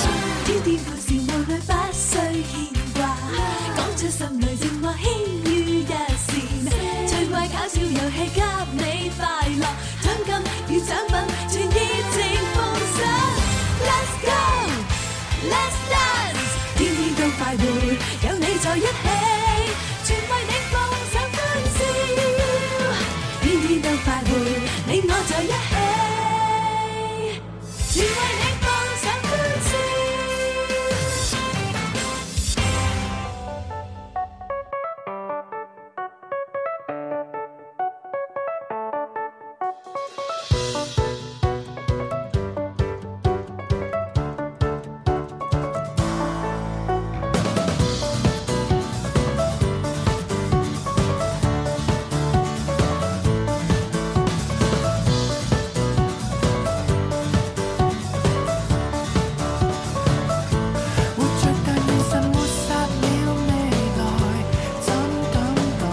天故事無奈不需牽掛，講出心裏情話輕於一線，趣怪搞笑遊戲給你快樂，獎金與獎品全熱情奉上，Let's go，Let's dance，天天都快活，有你在一起，全為你放上歡笑，天天都快活，你我在一起。全為你放上歡笑。活著但現實抹殺了未來，怎等待？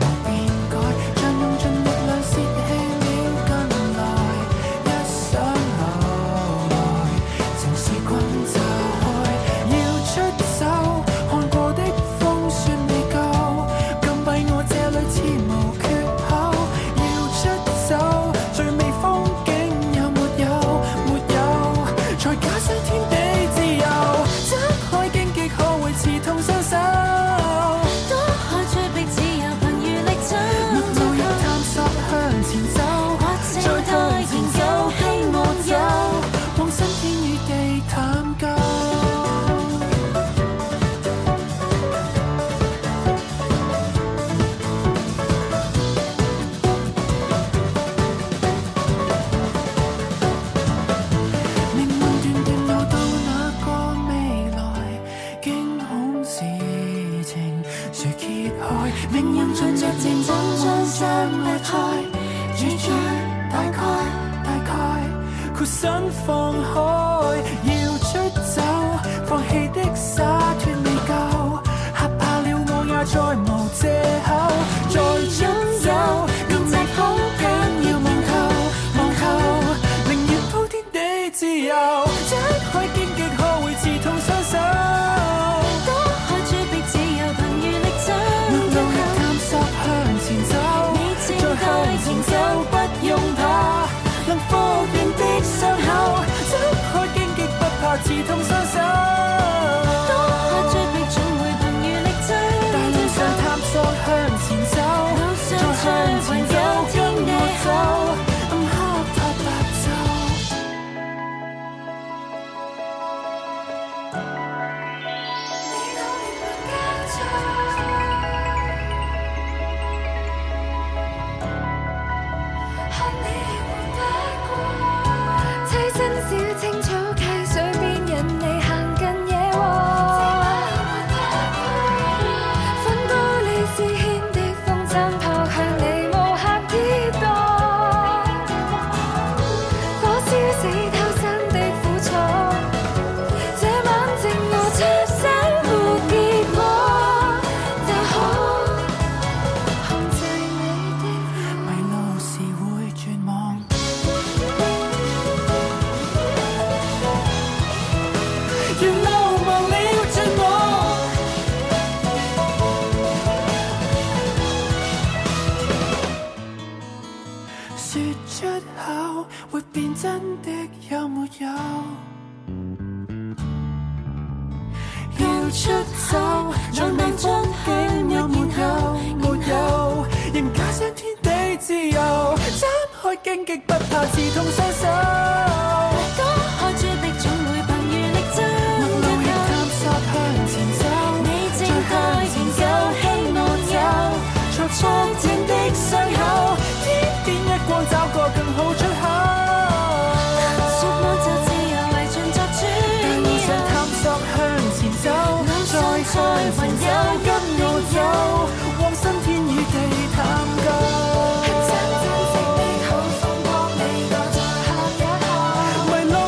無變改，像用盡力量泄氣了近來。一想後來，情是困就開，要出手，看過的風雪未夠，禁閉我這裏似無缺口。要出走，最美風景有沒有？沒有。在假想天地自由，睜開荊棘可會刺痛雙手？躲開追逼，只有憑餘力走。沒路入探索向前走，或再正太前仍舊希望有，往新天與地探究。命運斷斷又到那個未來，驚恐事情誰揭開？命運盡着漸怎將相離開，主張大概大概，豁身放開，要出走，放棄的灑脱未夠，嚇怕了我也再無藉口，再出走，更值好緊要望透望透，寧願鋪天地自由，張開荊棘可會刺痛雙手？躲開追逼，只有憑餘力走。沒路力探索向前走，你正再向太仍前走，舊，不用怕。能復原的傷口，張開荊棘不怕刺痛雙手。躲開追逼，總會憑餘力走。大路上探索向前走，再向前走，跟我走，暗黑怕白晝。棲身小青草溪水邊，引你行近野窩。粉玻璃絲牽的風箏拋向你無限跌宕。火燒死偷生的苦楚，這晚靜我出生活結果，就可控制你的。迷路時會絕望，沿路忘了絕望。說出口會變真的有沒有？要出走，像你風景有沒有？沒有，仍假想天地自由，張開荊棘不怕刺痛雙手。躲開追逼，總會憑餘力走。無路亦探索向前走，你正再太向仍前舊，希走。望有。灼灼熱的傷口，天邊一光找個更好出說口。我就自由為盡作主，大路上探索向前走，再向前走，跟我走，往新天與地探究。想珍惜美好風光，你我在下一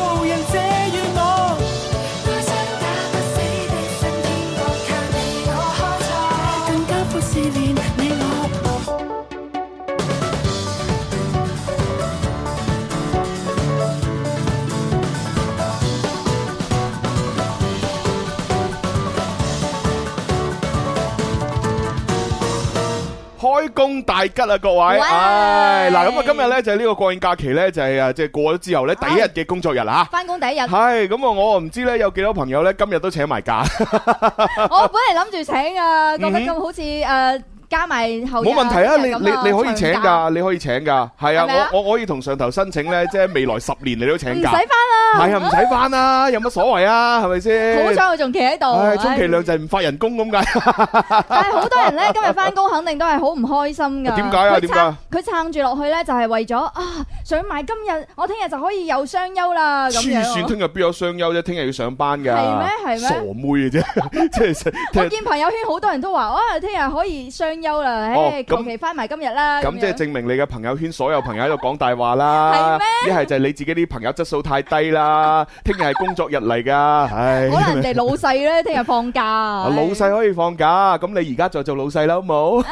開工大吉啊，各位！唉，嗱，咁啊，今日咧就係呢個國慶假期咧，就係啊，即係過咗之後咧，第一日嘅工作日啦。翻工第一日，係咁啊，我唔知咧有幾多朋友咧今日都請埋假，我本嚟諗住請啊，覺得嗯咁好似诶加埋後日冇問題啊！你咁你你可以請長假㗎，你可以請㗎，係係咪啊啊，我我可以同上頭申請咧，即係未來十年你都唔請使假，翻啦，係啊，唔使翻啦，有乜所謂啊？係咪先？好彩我仲企喺度，唉，充其量唉就係唔發人工咁解。但係好多人咧今日翻工肯定都係好唔開心㗎。點解啊佢撐點解？佢撐住落去咧就係為咗啊，想買今日我聽日就可以有雙休啦咁黐線，樣。聽日邊有雙休啫？聽日要上班㗎。係咩係咩傻妹嘅啫， 即係即我係見朋友圈好多人都話，哇，聽日可以雙休啦，哦唉，咁求其翻埋今日啦。咁即係樣證明你嘅朋友圈所有朋友喺度講大話啦。一係就係你自己啲朋友質素太低 啦。聽日係工作日嚟㗎，唉。可 能人哋老細咧聽日放假。啊老細可以放假，咁你而家就做老細啦，好冇？O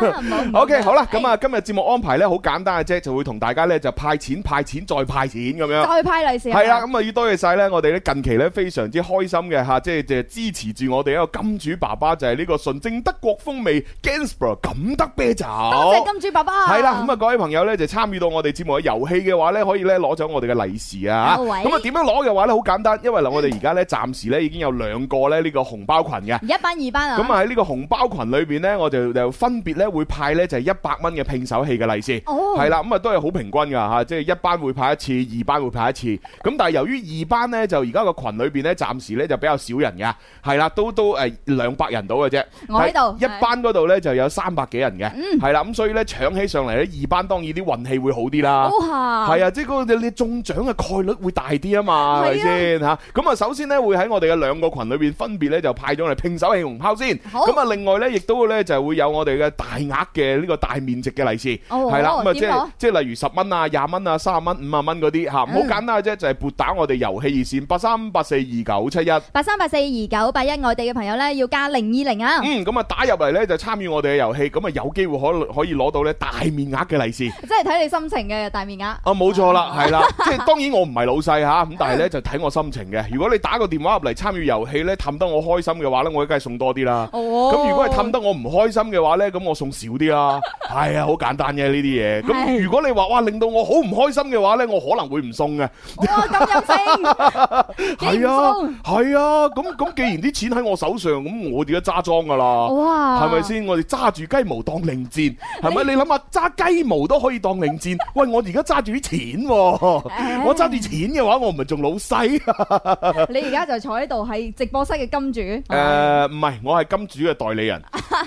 À, K，好啦，咁啊，今日節目安排呢，好簡單嘅啫，就會同大家呢，就派錢、派錢再派錢咁樣。再派利是係啦，咁啊要多謝晒咧，我哋咧近期咧非常之開心嘅吓，即係即係支持住我哋一個金主爸爸就係呢個純正德國風味 Gansbro 錦德啤酒。多謝金主爸爸。係啦，咁啊各位朋友咧就參與到我哋節目嘅遊戲嘅話咧，可以咧攞走我哋嘅利是啊！有位咁啊點樣攞嘅話咧，好簡單，因為嗱我哋而家咧暫時咧已經有兩個咧呢個紅包群嘅。一班二班啊。咁啊喺呢個紅包群裏邊呢，我就就分別咧會派呢就係一百蚊嘅拼手氣嘅利是，哦係啦，咁啊都係好平均㗎嚇，即係一班會派一次，二班會派一次。咁但係由於二班呢，就而家個群裏邊呢，暫時呢就比較少人㗎，係啦，都都誒兩百人到嘅啫。我喺度但係一班嗰度呢就有三百幾人嘅，係啦，咁所以呢，搶起上嚟呢，二班當然啲運氣會好啲啦。哦哇係啊，即係嗰個你中獎嘅概率會大啲啊嘛，係咪係啊先嚇？咁啊，首先咧會喺我哋嘅兩個群裏邊分別咧就派咗嚟拼手氣紅包先。好咁啊，另外咧亦都咧就會有我哋嘅大額嘅呢個大面值嘅利是，哦係啦，咁點啊即係攞即係例如十蚊啊、廿蚊啊、三十蚊、五啊蚊嗰啲嚇，唔好嗯簡單嘅啫，就係撥打我哋遊戲熱線八三八四二九七一。八三八四二九八一，外地嘅朋友咧要加零二零啊，嗯，咁啊打入嚟咧就參與我哋嘅遊戲，咁啊有機會可可以攞到咧大面額嘅利是。即係睇你心情嘅大面額。啊，冇錯哦啦，係啦，即係當然我唔係老細吓，咁 但係呢就睇我心情嘅。如果你打個電話入嚟參與遊戲呢，氹得我開心嘅話呢，我梗係送多啲啦。哦咁如果係氹得我唔開心嘅話呢，咁我送少啲啦。係啊，好簡單嘅呢啲嘢。咁係如果你話哇令到我好唔開心嘅話呢，我可能會唔送嘅。哇 咁有性，幾係唔啊鬆，係啊。咁咁既然啲錢喺我手上，咁我哋而家揸莊㗎啦。哇，係咪？先？我哋揸住雞毛當令箭，係 咪？你諗下揸雞毛都可以當令箭，喂！我而家揸住啲錢喎、唉我揸住錢嘅話，我唔係仲老細。哦你而家就坐喺度係直播室嘅金主， 誒，唔係，我係金主嘅代理 人，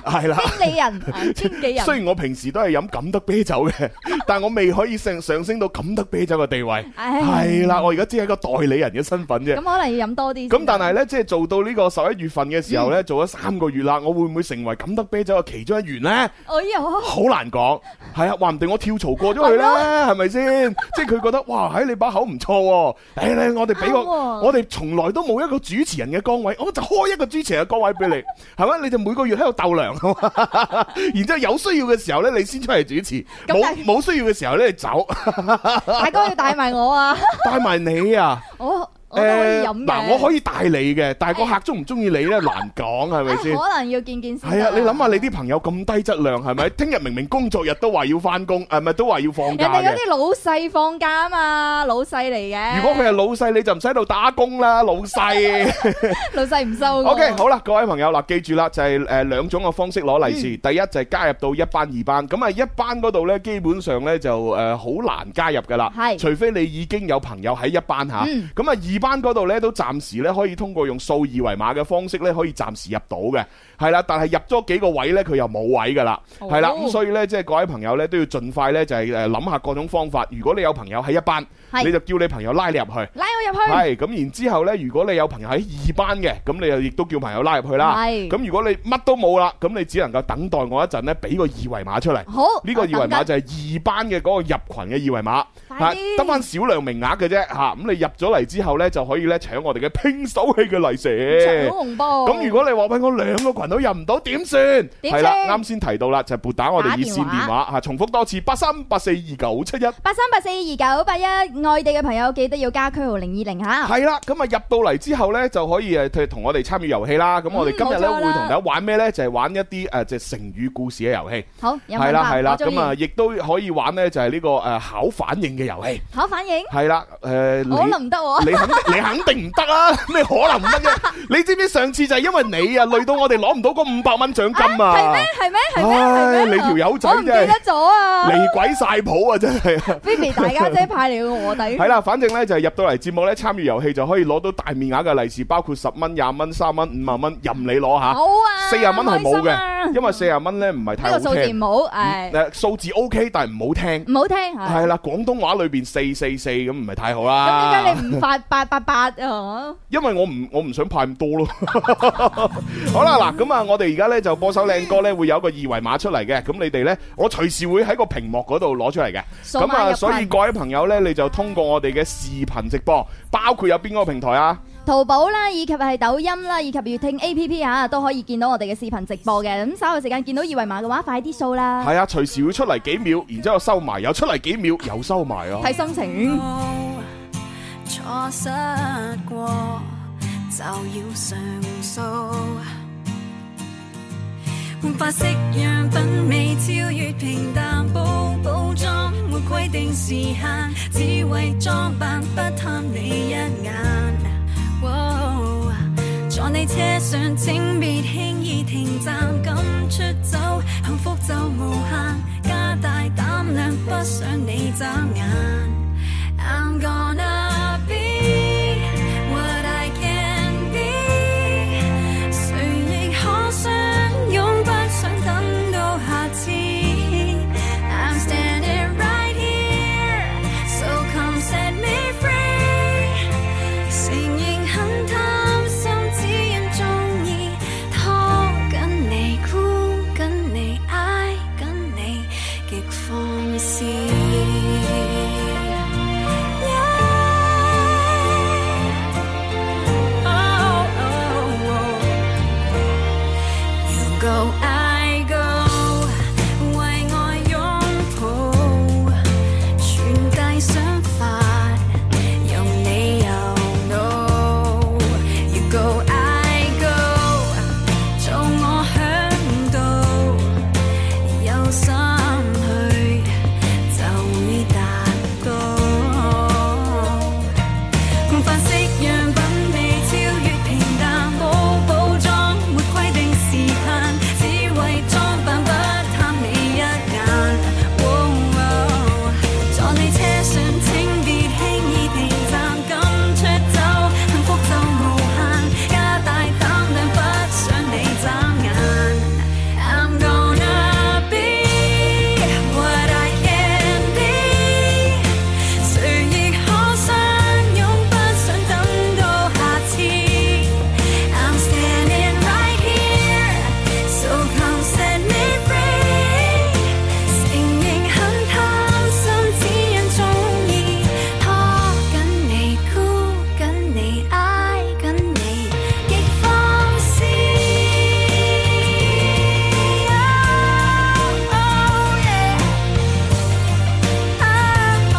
係啦。經理人、啊經紀人雖。然我平時都係飲錦德啤酒 嘅，但我未可以上上升到錦德啤酒嘅地位。唉係啦，我而家只係一個代理人嘅身份啫咁。可能要飲多啲先啊嗯得。咁但係呢，即係做到呢個十一月份嘅時候呢，做咗三個月啦，我會唔會成為錦德啤酒嘅其中一員呢？哎呀，好 難講，係啊，話唔定我跳槽過咗佢咧，係咪先？即係佢覺得哇，喺你把口唔錯喎，誒咧，我哋俾個，啱喎我哋從來都冇一個主持人嘅崗位，我就開一個主持人嘅崗位俾你，係咪？你就每個月喺度鬥糧， 然之後有需要嘅時候咧，你先出嚟主持，但冇冇需要嘅時候咧，你 走，大哥要帶埋我啊！帶埋你啊！我我都可以誒飲嘅嗱，我可以帶你嘅，但係個客中唔中意你咧，難講係咪先？啊可能要見見先得。係啊，你諗下你啲朋友咁低質量係咪？聽日明明工作日都話要翻工，係咪都話要放人假哋嗰嘅？啲老細放假啊嘛，老細嚟嘅。如果佢係老細，你就唔使喺度打工啦，老細。老細唔收 O K，嘅好啦，各位朋友嗱，記住啦，就係誒兩種嘅方式攞利是。嗯第一就係加入到一班、二班，咁啊一班嗰度呢，基本上呢就誒好難加入噶啦，係除非你已經有朋友喺一班嚇。嗯咁啊二班嗰度呢，都暫時呢可以通過用掃二維碼嘅方式呢，可以暫時入到嘅，係啦。但係入咗幾個位呢，佢又冇位噶啦，哦係啦。咁所以呢，即係各位朋友呢，都要盡快呢，就係誒諗下各種方法。如果你有朋友喺一班，係你就叫你朋友拉你入去。拉我入去。系咁，然之後呢，如果你有朋友喺二班嘅，咁你又亦都叫朋友拉入去啦。係咁如果你乜都冇啦，咁你只能夠等待我一陣呢，俾個二維碼出嚟。好，呢個二維碼等緊就係二班嘅嗰個入群嘅二維碼，快啲得翻少量名額嘅啫嚇。咁你入咗嚟之後呢，就可以呢搶我哋嘅拼手氣嘅利搶。是紅包。咁如果你話喂我兩個群都入唔到點算？點係啦，算啱先提到啦，就撥打我哋打熱電線電話話嚇，重複多次八三八四二九七一。八三八四二九八一，外地嘅朋友記得要加區號零一二零吓。系啦，咁啊入到嚟之後呢，就可以誒同我哋參與遊戲啦。咁我哋今日呢，嗯冇錯會啦同大家玩咩呢？就係玩一啲誒即係成語故事嘅遊戲。好，有係冇啦係辦啦，我中咁啊意。亦都可以玩呢，就係呢個誒考反應嘅遊戲。考反應，係啦，誒我你諗唔得喎。你 肯定你肯定唔得啊！ 咩可能唔得啫？你知唔知上次就係因為你啊，累到我哋攞唔到嗰五百蚊獎金啊！係咩？係咩？係咩？唉係咩？你條友仔我唔記得咗啊離鬼晒譜啊！真係。 ！Baby 大家姐派嚟嘅卧底系，啦，反正咧就係入到嚟節目咧參與遊戲就可以攞到大面額嘅利是，包括十蚊、廿蚊、三蚊、五萬蚊，任你攞好吓。啊，四廿蚊係冇開心啊嘅，因為四廿蚊咧唔係太呢好個數字聽。唔好，唉，诶，数字 OK，但係唔好唔聽。好聽係係啦，廣東話裏边四四四咁唔係太好咁啦。點解你唔發八八八啊？因為我唔我唔想派咁多咯。 好啦，嗱咁啊，我哋而家咧就播首靚歌咧，會有一個二維碼出嚟嘅。咁你哋咧，我隨時會喺個屏幕嗰度攞出嚟嘅。數咁碼入啊，群所以各位朋友咧，你就通過我哋嘅視頻直播，包括有邊個平台啊？淘寶啦，以及係抖音啦，以及粵聽 A P P 啊，都可以見到我哋嘅視頻直播嘅。咁稍後時間見到二維碼嘅話，快啲掃啦，係啊，隨時會出嚟幾秒，然之後收埋，又出嚟幾秒，又收埋啊！睇心情。錯失過就要上訴，換髮式樣品味超越平淡，補補妝沒規定時限，只為裝扮不貪你一眼。哇坐你車上請別輕易停站，敢出走，幸福就無限，加大膽量，不想你眨眼。I'm gonna be what I can be，誰亦可相擁，不想等到下次。I'm standing right here，so come set me free。承認很貪心，只因中意拖緊你、箍緊你、挨緊你，極放肆。Yeah. Oh, oh, oh. You go, I go，為愛擁抱，傳遞想法。有你有怒，You go I go，做我響度，有心去就會達到。凡式樣品味超越平淡，冇補妝，沒規定時限，只為裝扮不貪你一眼。坐你車上請別輕易停站，敢出走，幸福就無限，加大膽量，不想你眨眼。I'm gonna be what I can be，誰亦可相擁，不想等到 Oh,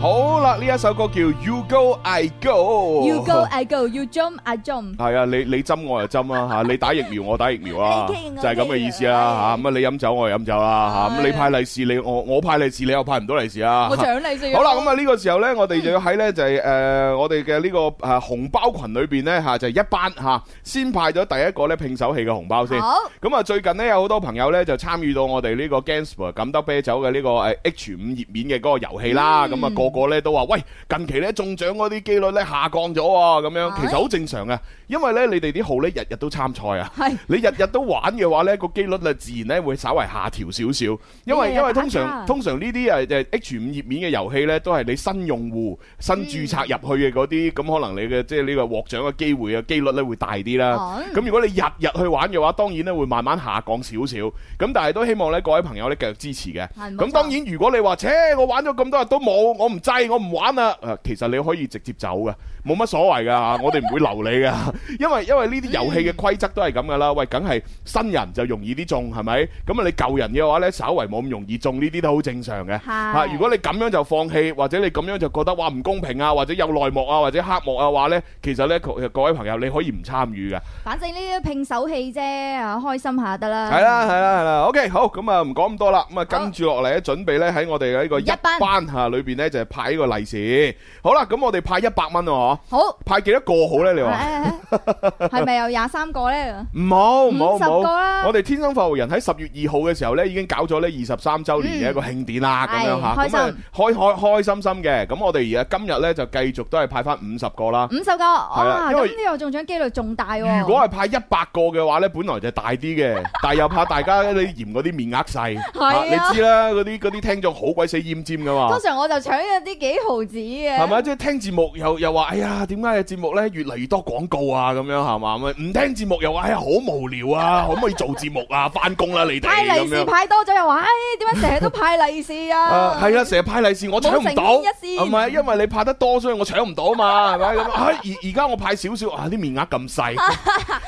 好啦，呢一首歌叫 You Go I Go。 You go I go, you jump I jump。系啊，你你针我就針 啦吓，你打疫苗我打疫苗啦，你就激我係咁嘅意思啦吓。咁啊，你飲酒我又飲酒啦吓。咁你派利是你我我派利是你又派唔到利是啊。我獎你先。好啦，咁啊呢個時候咧，我哋就要喺咧就係诶我哋嘅呢個诶红包群裏边咧吓，就係一班吓先派咗第一個咧拼手氣嘅紅包先。好，咁啊，最近呢，有好多朋友呢就參與到我哋呢個 Gansper 錦德啤酒嘅呢個誒 H 五頁面嘅嗰個遊戲啦。嗯咁啊，個個呢都話：喂，近期呢中獎嗰啲機率呢下降咗喎。咁樣係其實好正常啊，因為呢你哋啲號呢日日都參賽啊。係你日日都玩嘅話呢個機率啊自然呢會稍為下調少少，因為你日日因為通打卡常通常呢啲誒誒 H 五頁面嘅遊戲呢，都係你新用戶新註冊入去嘅嗰啲，咁可能你嘅即係呢個獲獎嘅機會嘅機率呢會大啲啦。哦咁如果你日日去玩嘅話，當然咧會慢慢下降少少。咁但係都希望咧各位朋友咧繼續支持嘅。係冇錯咁當然如果你話，切我玩咗咁多日都冇，我唔制，我唔玩啦。誒，其實你可以直接走嘅，冇乜所謂 㗎嚇，我哋唔會留你㗎。 因為因為呢啲遊戲嘅規則都係咁㗎啦。喂，梗係新人就容易啲中係咪？咁啊你舊人嘅話咧，稍為冇咁容易中呢啲都好正常嘅。係嚇如果你咁樣就放棄，或者你咁樣就覺得哇唔公平啊，或者有內幕啊，或者黑幕啊話咧，其實咧各各位朋友你可以唔參與嘅。反正呢啲拼手氣啫，啊開心下得啦。系啦，系啦，系啦。OK，好，咁啊，唔講咁多啦。咁啊，跟住落嚟咧，準備咧喺我哋嘅呢個一班班吓裏边咧，就係派呢個利是。好啦，咁我哋派一百蚊喎，嗬好，派幾多個好咧？你話 係咪有廿三個咧？唔好，唔好，五唔十個好。啦。我哋天生發育人喺十月二號嘅時候咧，已經搞咗咧二十三週年嘅一個慶典啦，咁樣係吓，咁啊開心開開開心心嘅。咁我哋而家今日咧就繼續都係派翻五十個啦。五十個，哇！因咁為呢個中獎機率仲大喎。如果係派一百個嘅話咧，本來就大啲 嘅，但係又怕大家你嫌嗰啲面額細，啊你知啦，嗰啲嗰啲聽眾好鬼死奄尖噶嘛通。常我就搶咗啲幾毫子嘅。係咪？即係聽節目又又話，哎呀，點解嘅節目咧越嚟越多廣告啊？咁樣係嘛？咪唔聽節目又話，哎呀，好無聊啊！可唔可以做節目啊？翻工啦，你哋派利咁是樣。派多咗又話，唉，點解成日都派利是啊？ 啊，係啦，成日派利是我搶唔到，冇誠意一線係咪？因為你派得多，所以我搶唔到嘛，係咪咁？啊而而家我派少少，啊啲面額 咁細，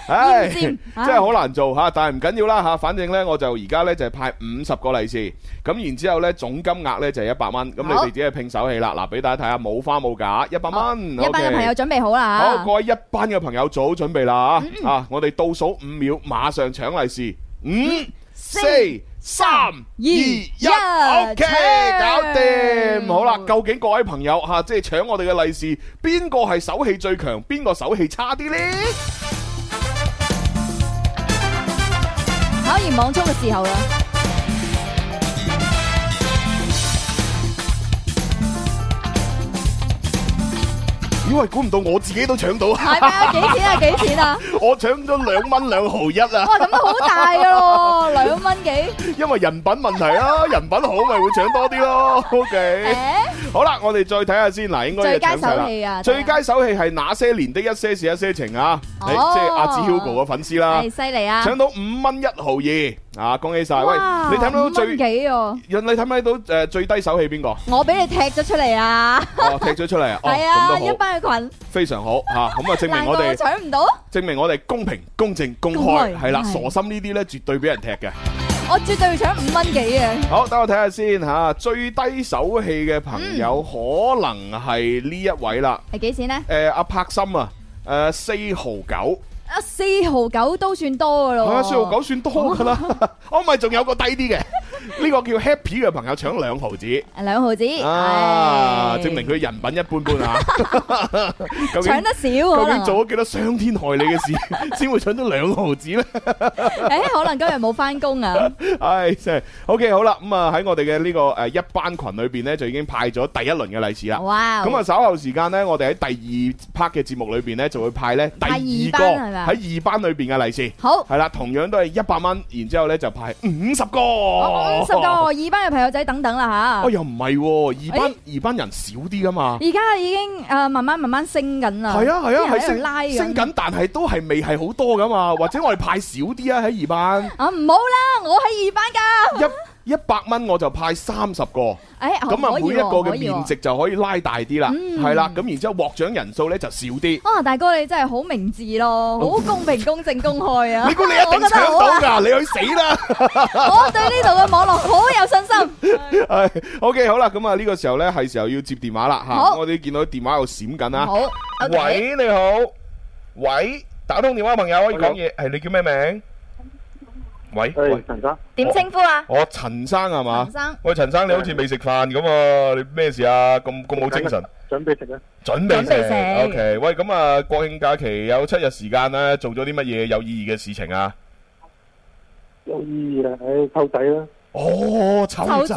唉，厭啊真尖係好難做吓。但係唔緊要啦吓，反正咧我就而家咧就係派五十個利是，咁然之後咧總金額咧就係一百蚊，咁你好哋只係拼手氣啦。嗱，俾大家睇下冇花冇假，一百蚊，一班嘅 OK 朋友準備好啦好，嚇各位一班嘅朋友做好準備啦啊！啊，我哋倒數五秒，馬上搶利是，五、四、三、二、一搶，OK，搞掂。好啦，究竟各位朋友吓，即係搶我哋嘅利是，邊個係手氣最強，邊個手氣差啲呢？考完網速嘅時候啦。 咦喂，估唔到我自己都搶到，係咪啊？幾錢啊？幾錢啊？ 我搶咗兩蚊兩毫一啊！哇，咁都好大噶咯，兩蚊幾？因為人品問題啊，人品好咪會搶多啲咯。OK。 誒，好啦，我哋再睇下先嗱，應該最佳有搶晒啦手氣啊最佳手氣係那些年的一些事一些情啊，哦誒即係阿子 Hugo 嘅粉絲啦係，犀利啊！搶到五蚊一毫二啊，恭喜晒！喂，哇你睇唔睇到五最蚊？幾喎？你睇唔睇到誒最低手氣 邊個？我俾你踢咗出嚟啊！哦，踢咗出嚟啊！哦，係啊，咁一都好，班嘅群，非常好嚇。咁啊，證難道明我 我哋搶唔到？證明我哋公平、公正、公公開開係啦。傻係心呢啲咧，絕對俾人踢嘅。我絕對搶五蚊幾啊！好，等我睇下先嚇。最低手氣嘅朋友可能係呢一位啦。係幾錢呢？誒阿柏森啊，誒四毫九，啊，四毫九都算多噶咯。啊四毫九算多噶啦， 哦咪仲有個低啲嘅，呢個叫 Happy 嘅朋友搶兩毫子，兩毫子，啊，唉證明佢人品一般般啊， 究竟搶得少究可竟能。做咗幾多傷天害理嘅事， 先會搶到兩毫子咧？诶，可能今日冇翻工 啊，唉，真係 OK 好啦，咁啊喺我哋嘅呢個誒一班群裏邊咧，就已經派咗第一輪嘅利是啦。哇！咁啊，稍後時間呢，我哋喺第二 part 嘅節目裏邊呢，就會派呢第派二二個班係咪啊喺二班裏邊嘅利是。好，係啦，同樣都係一百蚊，然之後咧就派五十個，哦五十個二班嘅朋友仔等等啦哦，吓，又唔係喎，二班哎二班人少啲噶嘛。而家已經诶慢慢慢慢升緊啦，係啊係啊，啲人係喺度拉升升緊。緊，但係都係未係 好多噶嘛，或者我哋派少啲啊喺二班啊，唔好啦，我喺二班噶，一。一一百蚊我就派三十個，诶，咁啊哦可以每一個喎嘅可以面喎值就可以拉大啲啦，嗯係啦，咁然之後獲獎人數咧就少 啲。啊，大哥你真係好明智咯，好公平、公正、公開啊！ 你估你一定我覺得搶好啊到㗎？你去死啦！ 我對呢度嘅網絡好有信心。系 OK 好啦，咁啊呢個時候咧係時候要接電話啦吓，好我哋見到電話又閃緊啊。好，OK，喂，你好，喂，打通電話朋友可以講嘢，係你叫咩名？喂，哎喂點稱呼啊？我陳生係嘛陳？生，喂，陳生你好似未食飯咁啊？你咩事啊？咁咁冇精神？準備準食備啊！食 O K，喂，咁啊，國慶假期有七日時間咧，做咗啲乜嘢有意義嘅事情啊？啊哎哦，湊湊仔，仔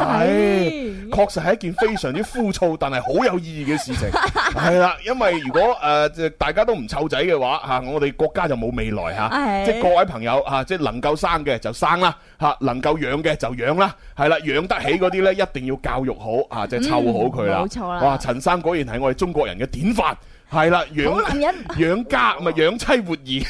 確實係一件非常之枯燥但係好有意義 嘅事情。係啦，因為如果誒即係大家都唔湊仔嘅話嚇，我哋國家就冇未 來嚇。係即係各位朋友嚇，即係能夠生嘅就生啦嚇，能夠養嘅就養啦，係啦，養得起嗰啲呢，一定要教育好啊嚇，即係湊好佢啦。嗯冇錯啦哇，陳生果然係我哋中國人嘅典範。係啦，好養男人。 養家咪養妻活 兒。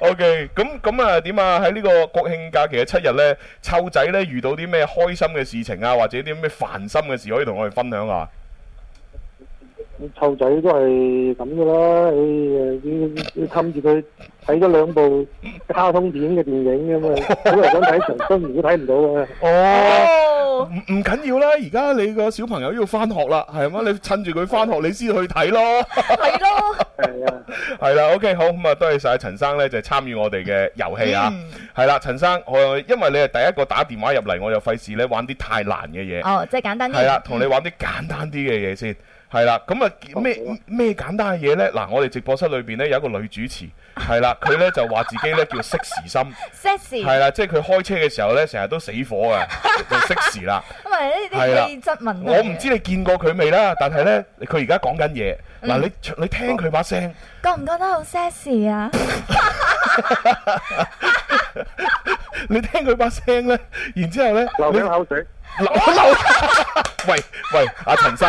O K，咁咁啊點啊？喺呢個國慶假期嘅七日呢，湊仔呢遇到啲咩開心嘅事情啊，或者啲咩煩心嘅事可以同我哋分享啊下？湊仔都係咁噶啦，唉，要要氹住佢睇咗兩部卡通片嘅電影咁啊，本來想睇長津湖都睇唔到啊，哦，唔唔緊要啦，而家你個小朋友要翻學啦，係嘛？你趁住佢翻學，你先去睇咯。係咯，係啊，係啦，OK，好咁啊，多謝晒陳生呢，就係參與我哋嘅遊戲啊。係啦，陳生，我因為你係第一個打電話入嚟，我就費事呢玩啲太難嘅嘢。哦，即係簡單啲。系啦，啊同你玩啲簡單啲嘅嘢先。係啦，咁啊咩咩簡單嘅嘢呢？嗱，我哋直播室裏邊呢有一個女主持，係啦，佢呢就話自己呢叫惜時心， sexy，係啦，即係佢開車嘅時候呢，成日都死火 啊，就惜時 啦。因為呢係啦啲氣質問題。我唔知你見過佢未啦，但係呢，佢而家講緊嘢，嗱你你聽佢把聲，覺唔覺得好 sexy 啊？你聽佢把聲呢，然之後呢，流你緊口水，流流， 喂喂，阿陳生。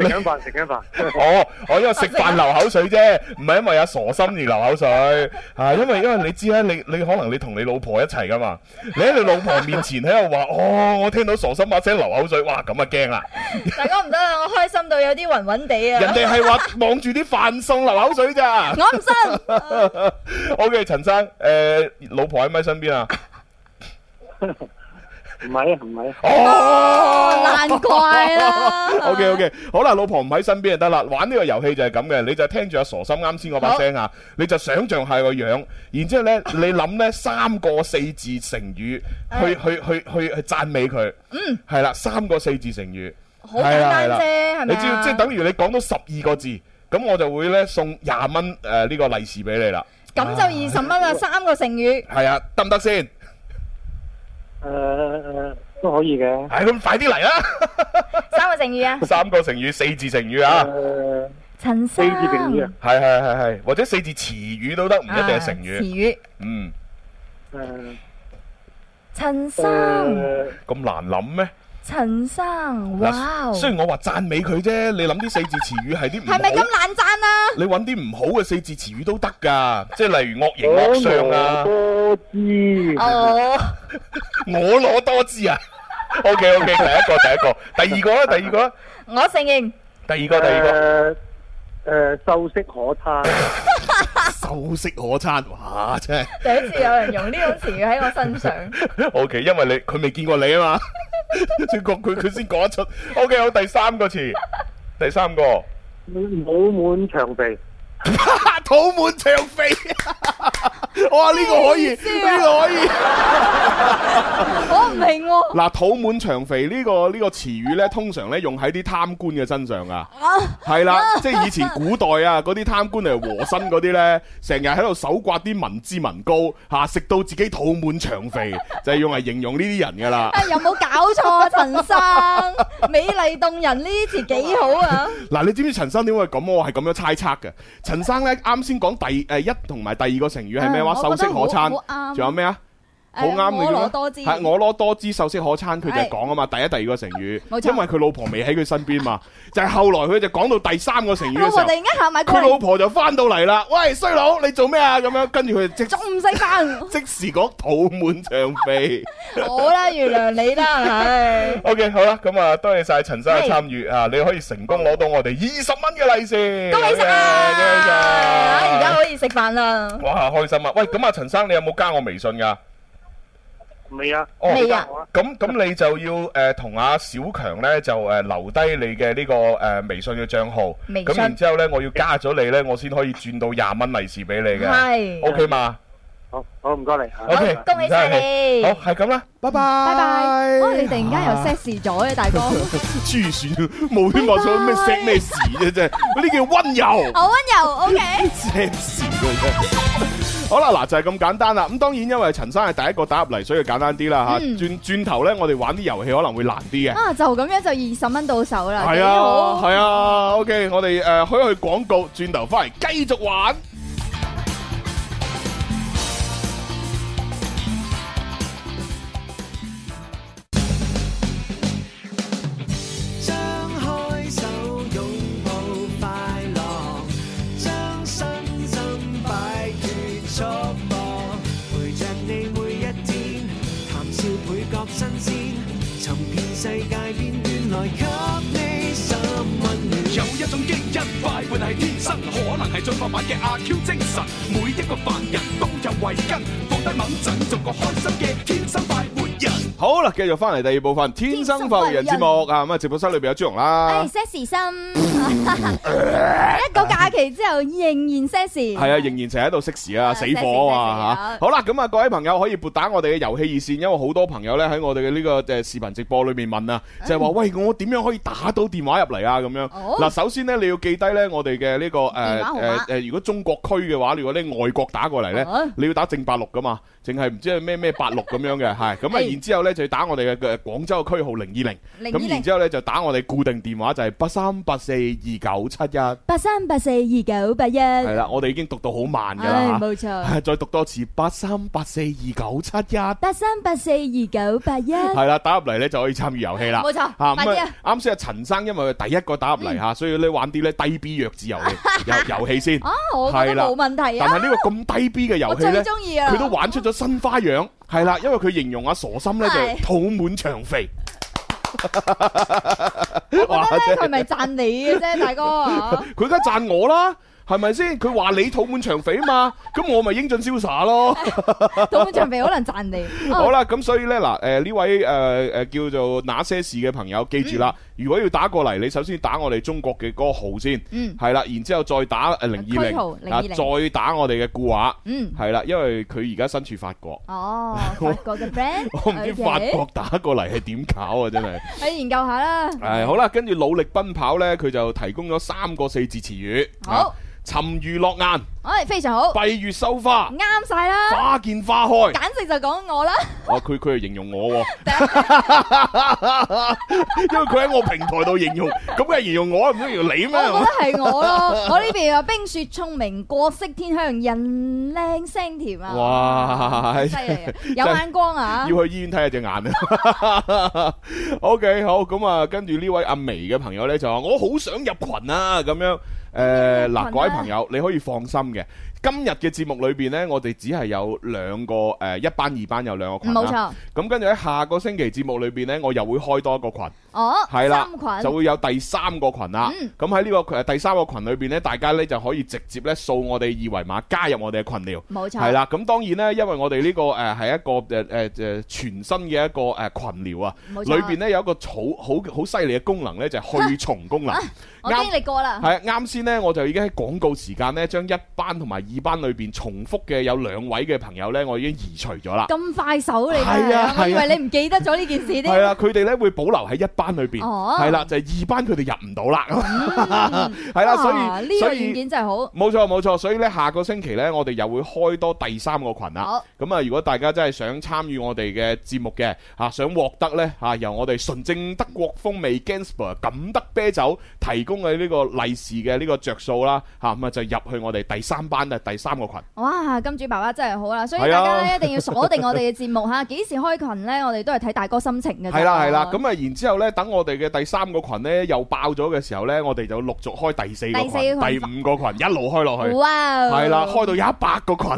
食緊飯食緊飯，哦，我因為食飯流口水啫，唔係因為阿傻心而流口水， 啊，因為因為你知咧，你你可能你同你老婆一齊噶嘛，你喺你老婆面前喺度話， 哦，我聽到傻心把聲流口水，哇，咁啊驚啦，大哥唔得啦，我開心到有啲暈暈地人啊！哋係話望住啲飯餸流口 水咋 我唔信， ，OK，陳生，诶、老婆喺咪身邊啊？唔係啊唔係啊，哦。難怪啦。 O K O K，好啦，老婆唔喺身邊就得啦。玩呢個遊戲就係咁嘅，你就聽住阿傻心啱先嗰把聲啊，你就想像下個樣，然之後 咧，你諗咧三個四字成語去去去去去讚美佢，嗯，係啦，三個四字成語，好簡單啫，係你咪只要啊即係等於你講到十二個字，咁我就會咧送廿蚊誒呢個利是俾你啦，咁就二十蚊啊，三個成語。係啊，得唔得先？誒誒都可以嘅，唉，咁快 啲嚟啦！三個成語啊，三個成語，四字成語啊！誒陳四生。字定語啊，係係係係，或者四字詞語都得，唔一定係成啊詞語。語。嗯，誒陳生，誒咁難諗咩？陳生，哇嗱，哦！雖然我話讚美佢啫，你諗啲四字詞語係啲唔係咪好咁，難讚啊？你揾啲唔好嘅四字詞語都得㗎，即係例如惡形惡相啊，多姿，哦，我攞多支啊。O K O K，第一個第一個，第二個啦，第二個啦，我承認，第二個第二個，誒誒秀色可餐，秀色可餐，哇！真係 第一次有人用呢種詞語喺我身上。 O K，因為你佢未見過你啊嘛， 佢講佢佢先講得出。O K，好，第三個詞，第 三個。啊冇滿長肥。肚滿腸肥， 哇！呢個可以，啊呢個可以。我唔明喎。嗱，肚滿腸肥呢個呢個詞語咧，通常咧用喺啲貪官嘅身上啊，係啦，即係以前古代啊，嗰啲貪官嚟和珅嗰啲咧，成日喺度搜刮啲民脂民膏，嚇食到自己肚滿腸肥， 就係用嚟形容呢啲人噶啦。啊有冇搞錯啊，陳生？ 美麗動人呢啲詞幾好啊！嗱，你知唔知陳生點會咁？我係咁樣猜測嘅。陳生咧啱先講第誒一同埋第二個成語係咩嗯話？我秀覺色得可餐好好，啱仲有咩啊？好啱你哎我咯攞多支，係我攞多支秀色可餐，佢就係係講啊嘛，第一、第二個成語，冇錯因為佢老婆未喺佢身邊嘛， 就係後來佢就講到第三個成語老嘅時婆突候，然間行埋過佢老嚟，婆就翻到嚟啦，喂衰佬你做咩啊咁樣，跟 住佢就即仲唔食飯？即時講肚滿腸 肥。好啦，原諒你啦，唉， OK 好啦，咁啊多謝晒陳生嘅係參與啊，你可以成功攞到我哋二十蚊嘅利是，恭喜晒！哎 Yeah，恭喜晒而家可以食飯啦，哇開心啊！喂，咁啊陳生你有冇加我微信㗎？未啊？哦未啊咁咁你就要誒同阿小強咧就誒留低你嘅呢個誒微信嘅帳號，微信咁然之後咧我要加咗你咧，我先可以轉到廿蚊利是俾你嘅係， ，OK 嘛好，好唔該你啊。 ？OK，好恭喜晒你唔使客氣好係咁啦，拜拜，拜拜。哦，你突然間又啊 sexy 咗嘅大哥，黐線，無端端想咩錫咩事啫啫，呢叫温柔。好溫柔，OK。 黐線嘅啫好啦，嗱就係咁簡單啦。咁當然因為陳生係第一個打入嚟，所以簡單啲啦嚇。嗯轉轉頭咧，我哋玩啲遊戲可能會難啲嘅。啊，就咁樣就二十蚊到手啦，係幾啊，好。係啊，OK，我哋誒去一去廣告，轉頭翻嚟繼續玩。張開手擁抱快樂，將身心擺脱束縛，陪着你每一天，談笑倍覺新鮮，尋遍世界邊緣來給你心温暖。有一種基因快活係天生，可能係進化版嘅阿 Q 精神。每一個凡人都有慧根，放低猛陣，做個開心嘅天生快活人。好啦，繼續翻嚟第二部分《天生發育人》節目啊。咁啊，直播室裏邊有朱容啦唉，，sexy 心，一個假期之後仍然 sexy。係啊，仍然成日喺度熄時啊，啊死火熄匙熄匙啊啊嚇！好啦，咁啊，各位朋友可以撥打我哋嘅遊戲熱線，因為好多朋友咧喺我哋嘅呢個誒視頻直播裏面問啊，就係話喂，我點樣可以打到電話入嚟啊？咁樣哦嗱，首先咧你要記低咧我哋嘅呢個誒電話號誒碼誒，如果中國區嘅話，如果咧外國打過嚟咧啊，你要打正八六噶嘛，淨係唔知係咩咩八六咁樣嘅，係 咁啊，係然之後咧就要打我哋嘅嘅廣州區號零二零， 020咁然之後咧就打我哋固定電話就係八三八四二九七一，係八三八四二九八一，啦，我哋已經讀到好慢㗎唉，啦嚇冇錯，再讀多次八三八四二九七一。八三八四二九八一，係啦，打入嚟咧就可以參與遊戲啦。冇錯嚇快咁啲啊啊！嗯啱先阿陳生因為佢第一個打入嚟嚇，所以咧玩啲咧低 B 弱智遊 戲遊遊戲先。啊，我覺係得啦冇問題但啊，係呢個咁低 B 嘅我遊戲最咧，中意啊，啊佢都玩出咗新花樣。係啦，因為佢形容阿傻心咧係就肚滿腸肥。我覺得咧真係佢咪讚你嘅啫， 大哥啊，佢而家讚我啦。係咪先？佢話你肚滿腸肥啊嘛，咁我咪英俊瀟灑咯。董本長肥可能讚你， 好啦，啦，咁所以呢，嗱，誒呢位誒誒叫做那些事嘅朋友，記住啦，如果要打過嚟，你首先打我哋中國嘅嗰個號先，嗯係啦，然之後再打誒零二區號零，啊， 020再打我哋嘅固話，嗯， 係啦，因為佢而家身處法國， 哦，法國嘅 friend，我唔 OK 知法國打過嚟係點搞啊，真係。去研究下啦，誒好啦，跟住努力奔跑呢，佢就提供咗三個四字詞語，好啊，沉魚落雁，唉，非常好，閉月羞花，啱晒啦，花見花開。簡直就講我啦，哦，佢佢係形容我喎， 因為佢喺我平台度形容，咁佢係形容我，唔通形容你咩？我覺得係我咯，我呢邊啊冰雪聰明，國色天香，人靚聲甜啊，哇！犀 利啊，有眼光啊，要去醫院睇下隻眼啊 ！OK，好咁啊，跟住呢位阿眉嘅朋友呢，就話：我好想入群啊！咁樣誒，入群嗱，啊各位朋友，你可以放心嘅。今日嘅節目裏邊呢，我哋只係有兩個誒一班、二班有兩個群冇啦。錯，咁跟住喺下個星期節目裏邊呢，我又會開多一個群。哦，係啦三群，就會有第三個群啦嗯。咁喺呢個群呃第三個群裏邊呢，大家呢就可以直接呢掃我哋二維碼，加入我哋嘅群聊。冇錯，係，啦，咁當然呢，因為我哋呢個誒係一個誒誒誒全新嘅一個誒群聊啊，冇裏錯邊呢有一個好好好犀利嘅功能呢，就係去蟲功能。啊我經歷過啦，係啊啱先呢，我就已經喺廣告時間呢，將一班同埋二班裏邊重複嘅有兩位嘅朋友呢，我已經移除咗啦。咁快手你係啊我以係啊為你唔記得咗呢件事添，係啦，佢哋咧會保留喺一班裏邊，哦係啦，就係二班佢哋入唔到啦， 係啦，哇所以哦呢個所軟以件真係好，冇錯冇錯，所以咧下個星期咧我哋又會開多第三個群啦好。咁啊，如果大家真係想參與我哋嘅節目嘅啊，想獲得咧啊由我哋純正德國風味 Gansper 錦啊德啤酒提供嘅呢個利是嘅呢個着數啦，嚇咁啊就入去我哋第三班嘅誒第三個群。哇！金主爸爸真係好啦，所以係大啊家咧一定要鎖定我哋嘅節目吓，幾時開群咧，我哋都係睇大哥心情嘅。係啦係啦，咁啊然之後咧，等我哋嘅第三個群咧又爆咗嘅時候咧，我哋就陸續開第四個第四群、個第群五個群，一路開落去。哇！係啦，開到一百個群，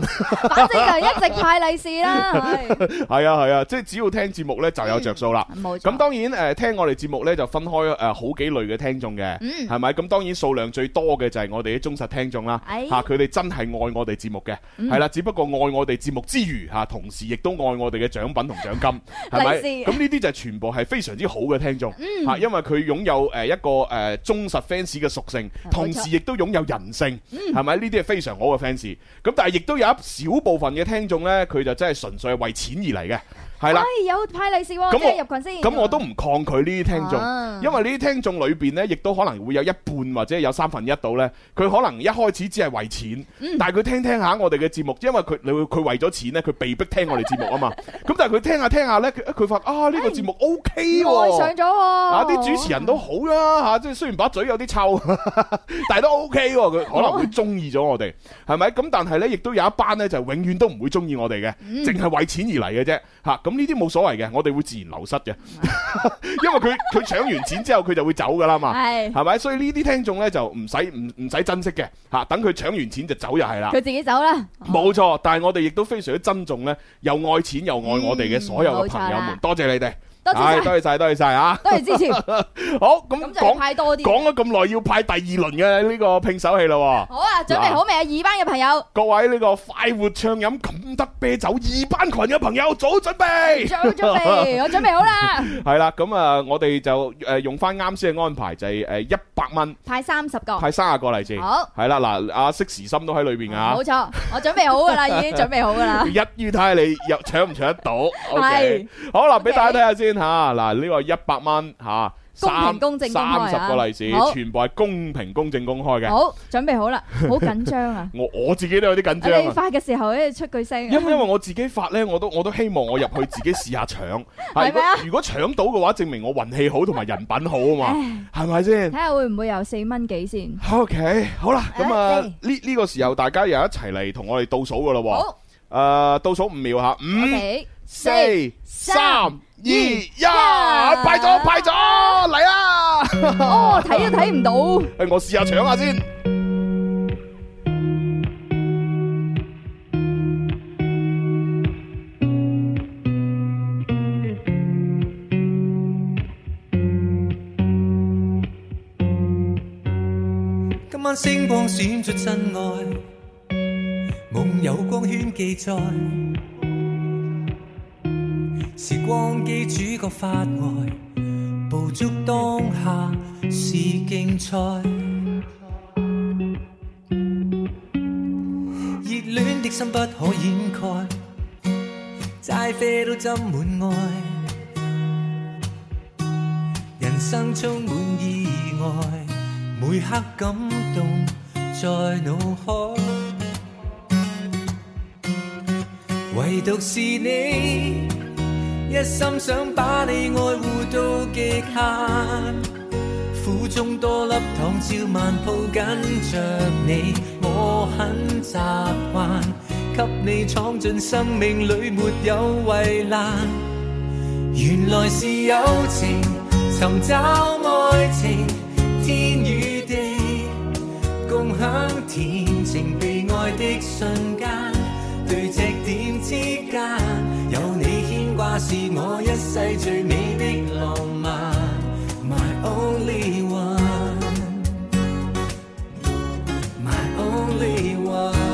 反正就一直派利是啦，係係啊係啊，即係只要聽節目咧就有着數啦。嗯冇錯。咁當然誒聽我哋節目咧就分開誒好幾類嘅聽眾嘅，嗯係咪？咁當然數量最多嘅就係我哋啲忠實聽眾啦，哎嗯嚇佢哋真係愛我哋節目嘅，係啦。只不過愛我哋節目之餘嚇，同時亦都愛我哋嘅獎品同獎 金，係咪？利是嗯咁呢啲就係全部係非常之好嘅聽眾嚇，因為佢擁有誒一個誒忠實 fans 嘅屬性，冇錯同時亦都擁有人性，嗯係咪？呢啲係非常好嘅 fans。咁但係亦都有一小部分嘅聽眾呢，佢就真係純粹係為錢而嚟嘅，係啦哎。有派利是喎，咁即係我入群先。咁我都唔抗拒呢啲聽眾啊，因為呢啲聽眾裏邊呢，亦都可能會有一半或者有三分一到呢。佢可能一開始只係為錢，嗯但係佢聽聽下我哋嘅節目，因為佢你會佢為咗錢呢，佢被逼聽我哋節目啊嘛。咁但係佢聽下聽下呢，佢佢發啊呢個節目 O K 哎愛上喎，咗喎。啊啊啲主持人都好啦嚇，即係雖然把嘴有啲臭， 但係都 O K 喎。佢哦可能會中意咗我哋，係咪？咁但係呢，亦都有一班呢，就永遠都唔會中意我哋嘅，嗯淨係為錢而嚟嘅啫嚇。咁呢啲冇所謂嘅，我哋會自然流 失嘅。因為佢佢搶完錢之後佢就會走噶啦嘛，係係咪？所以呢啲聽眾呢，就唔使唔唔使珍惜嘅嚇，等佢搶完錢就走就係啦佢。自己走啦。 冇錯，但係我哋亦都非常之珍重呢，又愛錢又愛我哋嘅所有嘅朋友嗯冇錯們啦，多謝你哋，多謝晒唉多謝晒，多謝晒啊！多謝支持，好咁咁就要講派多啲。講咗咁耐，要派第二輪嘅呢個拼手氣啦喎。好啊，準備好未啊？二班嘅朋友， 各位呢個快活暢飲咁得啤酒二班群嘅朋友，早準備。做好準備，我準備好啦，係啦，咁啊，我哋就誒用翻啱先嘅安排，就係誒一百蚊。派三十個。派三十個例子，好係啦，嗱，阿息時心都喺裏邊啊冇，錯，我準備好噶啦，已經準備好噶 啦。一於睇下你入搶唔搶得到。係 OK，好啦，俾 OK 大家睇下先吓，嗱，呢個一百蚊吓，公平三公正公開三啊十個例子好，全部係公平公正公開嘅。好，準備好啦，好緊張啊！我我自己都有啲緊張你啊。發嘅時候咧出句聲，因因為我自己發呢，我都我都希望我入去自己試下搶。啊如係果咩啊如果搶到嘅話，證明我運氣好同埋人品好啊嘛，係咪先睇？下會唔會有四蚊幾先？ OK，好啦，咁啊誒呢呢個時候大家又一齊嚟同我哋倒數噶啦喎，誒、呃好倒數五秒吓，五、 ，OK，四、三、二、一，派咗派咗，嚟啦！哦，睇都睇唔到， 誒我試下搶下先，今晚星光閃出真愛，夢有光圈記載，時光機主角發呆，捕捉當下是競賽。熱戀的心不可掩蓋，齋啡都斟滿愛，人生充滿意外。每刻感動在腦海，唯獨是你，一心想把你愛護到極限，苦中多粒糖照萬抱緊着你，我很習慣，給你闖進生命裏沒有圍欄。原來是友情，尋找愛情，天與地，共享天晴被愛的瞬間，對隻點之間，有你牽掛是我一世最美的浪漫，My only one，My only one。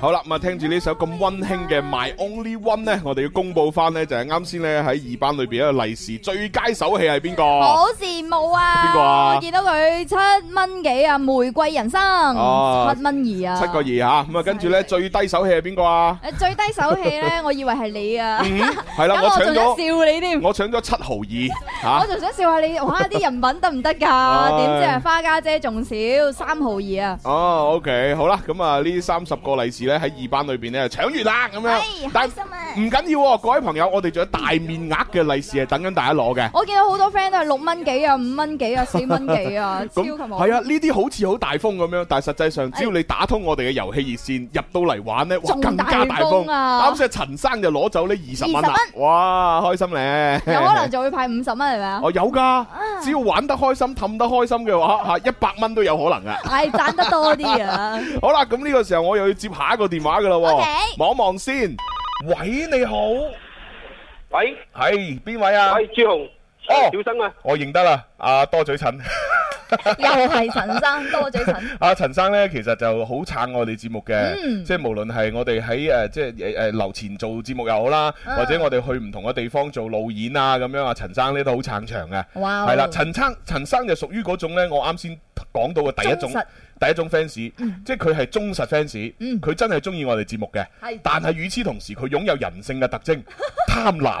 好啦，咁啊聽住呢首咁温馨嘅 My Only One 呢，我哋要公佈翻呢，就係啱先呢喺二班裏邊一個利是最佳手氣係邊個？好羨慕啊！邊個啊我見到佢七蚊幾啊，玫瑰人生哦七蚊二啊，七個二吓，咁啊跟住呢，最低手氣係邊個啊？ 誒最低手氣咧，我以為係你啊，嗯， 係啦，咁我我搶仲想咗。笑你添。我搶咗七毫我二嚇，仲想笑下你，哇！啲人品得唔得㗎？點知係花家姐仲少三毫二啊！哦，OK，好啦，咁啊呢三十個利是咧喺二班裏邊咧搶完啦咁樣係，但開心啊唔緊要喎，各位朋友，我哋仲有大面額嘅利是係等緊大家攞嘅。我見到好多 friend 都係六蚊幾啊、五蚊幾啊、四蚊幾啊，超咁級好。係啊，呢啲好似好大風咁樣，但係實際上只要你打通我哋嘅遊戲熱線，入到嚟玩呢，哇，仲更加大大風風啊啱先陳生就攞走呢二十蚊啦20，哇，開心咧！ 有可能就會派五十蚊係咪啊？ 哦，有噶，只要玩得開心、氹得開心嘅話，嚇一百蚊都有可能噶。係賺得多啲啊！ 好啦，咁呢個時候我又要接下一個電話噶啦喎 OK，望一望先。喂，你好，喂，係邊位啊？喂，朱紅，哦小生啊，我認得啦，阿多嘴陳。又係陳生多嘴陳，阿啊陳生咧，其實就好撐我哋節目嘅，嗯即係無論係我哋喺誒即係誒誒樓前做節目又好啦，啊或者我哋去唔同嘅地方做路演啊咁樣啊，陳生咧都好撐場嘅。哇！係啦，陳生陳生就屬於嗰種咧，我啱先講到嘅第一忠種實第一種 fans，、即係佢係忠實 fans，嗯佢、真係中意我哋節目嘅係，但係與此同時，佢擁有人性嘅特徵，貪婪。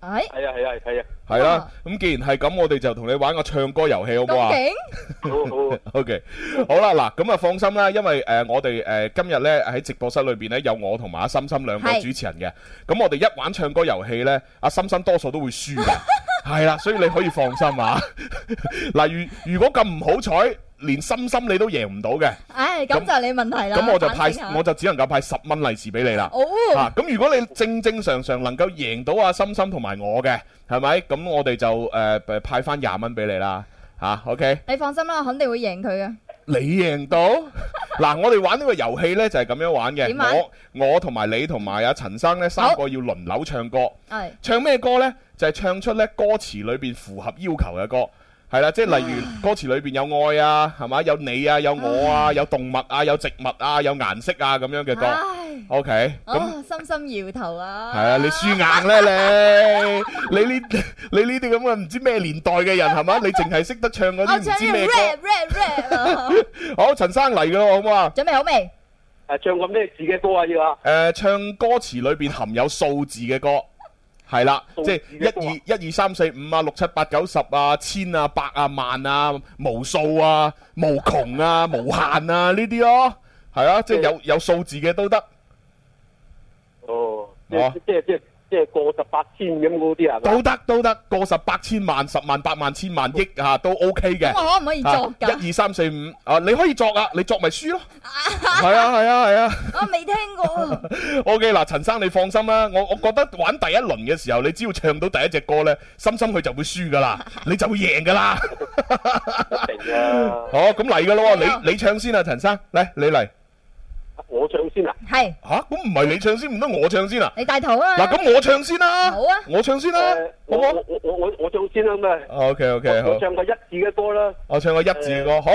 哎，係啊係啊係啊，係啦，咁既然係咁，我哋就同你玩個唱歌遊戲，好唔咁好啊？勁！好 好 O K，好啦，嗱，咁啊放心啦，因為誒我哋誒今日咧喺直播室裏邊咧有我同埋阿心心兩個係主持人嘅，咁我哋一玩唱歌遊戲咧，阿心心多數都會輸 嘅，係啦，所以你可以放心啊。 嗱，如如果咁唔好彩，連心心你都贏唔到嘅，唉，咁就你問題啦。咁我就啊反省派下我就只能夠派十蚊利是俾你啦。哦，啊，咁如果你正正常常能夠贏到阿心心同埋我嘅，係咪？咁我哋就誒誒派翻廿蚊俾你啦。嚇，OK。你放心啦，我肯定會贏佢嘅。你 贏到嗱，我哋玩呢個遊戲呢，就係咁樣玩嘅點。啊玩我我同埋你同埋阿陳生呢，三個要輪流唱歌。係唱咩歌呢？就係、唱出呢歌詞裏邊符合要求嘅歌。係啦，即係例如歌詞裏邊有愛啊，係嘛，有你啊，有我啊，有動物啊，有植物啊，有顏色啊咁樣嘅歌。唉， OK，咁哦，深深搖頭啊。係啊，你輸硬咧你，你呢 你呢啲咁嘅唔知咩年代嘅人係嘛，你淨係識得唱嗰我啲唔唱知咩啲歌。 rap rap rap 啊。 好，陳生嚟嘅咯，好唔好啊？準備好未？啊唱個咩字嘅歌啊要啊，誒、呃唱歌詞裏邊含有數字嘅歌，係啦，數即字係嘅歌啊一二一二三四五啊，六七八九十啊，千啊，百啊，萬啊，無數啊，無窮啊，無限啊，呢啲咯，係啊，即係嗯有有數字嘅都得，哦，即哦即即即即過十八千咁嗰啲啊係都嘛？得都得，過十百千萬、十萬、百萬、千萬億啊，都 OK 嘅啊咁。我可唔可以作噶？一二三四五啊，你可以作啊，你作咪 輸咯，係啊係啊係啊。我未聽過啊。 O K 嗱，陳生你放心啦，我我覺得玩第一輪嘅時候，你只要唱到第一隻歌呢，心心佢就會輸 噶啦，你就會贏噶啦。一定啊！ 好，咁嚟噶咯喎，你你唱先啊，陳生，嚟你嚟我唱先啊，係吓，咁唔係你唱先，唔通我唱先啊？你帶頭啊。嗱，咁我唱先啦，好啊我唱先啦誒，好我唔好我我我我我唱先啦咁啊， ？O K O K，我好我，唱個一字嘅歌啦，我唱個一字嘅歌，好，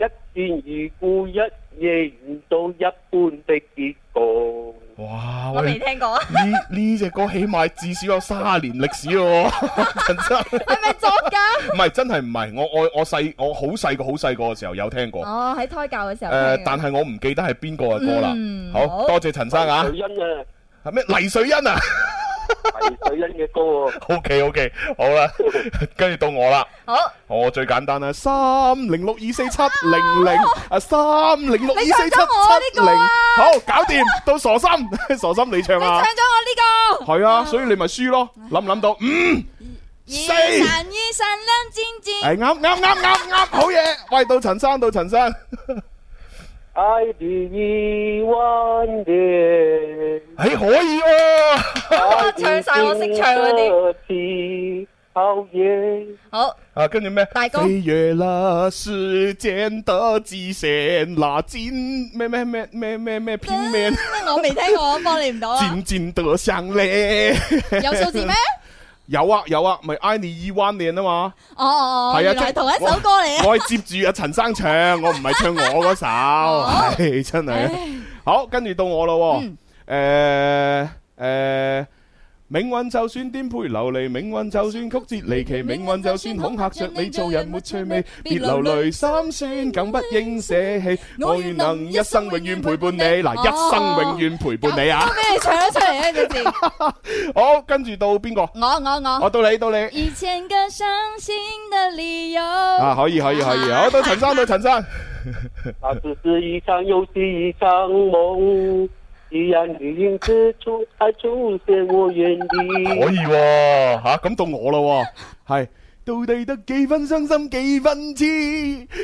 一戰而故一夜遇到一般的結局。哇，我未喂，聽過啊。呢呢只歌起碼至少有卅年歷史咯喎， 陳生。係咪作㗎？唔係真係唔係，我我我細我好細個好細個嘅時候有聽過，誒、哦，喺胎教嘅時候聽嘅。呃但係我唔記得係邊個嘅歌啦。嗯好好多謝陳生啊，水恩啊，係咩黎水恩啊 係水恩嘅歌啊。 ？OK OK，好啦，跟住到我啦。好，我最簡單啦，三零六二四七零零啊，三零六二四七哦你唱咗我呢七個零，啊好搞掂，到傻心， 傻心你唱你唱哦啊，咗我呢個。係啊，所以你咪輸咯，諗唔諗到五四，二係神二神亮晶晶。啱啱啱啱啱，好嘢，喂，到陳生，到 陳生。爱的一万遍，诶，哎可以喎、唱晒我識唱嗰啲。好嘢，好，啊，跟住咩？大哥飛越了時間的極限，那漸咩咩咩咩咩咩片 面，我未聽過，幫你唔到啊。漸漸地向你。有數字咩？ 有啊有啊，咪 I 你 E One 年啊嘛，哦哦，哦係啊原來係同一首歌嚟啊。我係接住阿陳生唱，我唔 係唱我 嗰首，唉，真係。好，跟住到我咯喎，誒，诶。命運就算顛沛流離，命運就算曲折離奇，命運就算恐嚇着你，做人沒趣味，別流淚心酸，更不應捨棄。我願能一生永遠陪伴你，嗱，一生永遠陪伴你啊！咩唱得出嚟呢 隻字？好，跟住到邊個？我我我我。到你，到你。一千個傷心的理由。啊，可以可以可以，好，到陳生到陳生，那只是一场又是一场梦，既然你影子出还出现我眼可以里。喎，吓咁到我咯喎，係到底得幾分傷心幾分痴，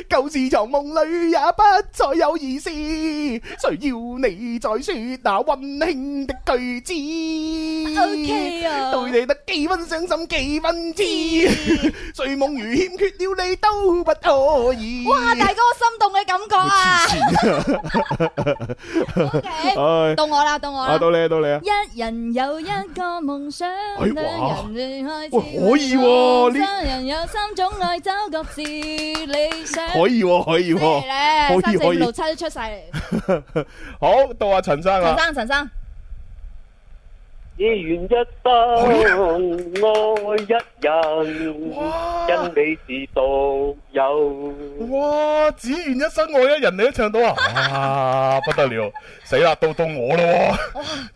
舊事藏夢裏也不再有意思，誰要你再説那温馨的句子 OK 啊到底得幾分傷心幾分痴，睡夢如欠缺了你都不可以。哇！大哥，我心動嘅感覺 啊！OK，唉，到我啦，到我啊啦。到你到你啊！一人有一個夢想，哇兩人恋愛至喂可以喎呢三人有三種愛，找各自理想。可以喎，可以咩喎。咧？可以三四可五以六七都出晒嚟。 好，到阿陳生陳啦。生，陳生，只愿一生爱一人，哇因你是独有。哇！只愿一生愛一人，你都唱到 啊！哇，不得了，死啦！到到我咯喎，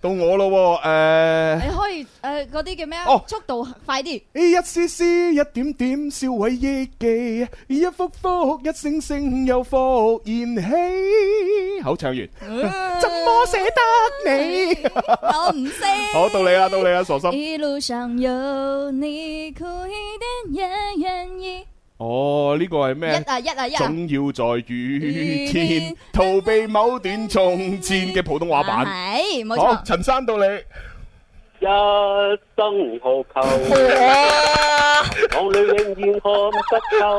到我咯喎，诶、你可以誒嗰啲叫咩啊哦？速度快啲。一絲絲，一點點，燒毀憶記，一幅幅，一聲聲，又復燃起。好，唱完，嗯怎麼捨得 你？我唔識。好，到你啦，到你啦，傻心。一路上有你，苦一点也愿意。哦，呢、個係一咩？啊一啊一啊！總要在雨天逃避某段從前嘅普通話版。系啊冇好，錯。陳生到你。一生何求？望你永远看不透。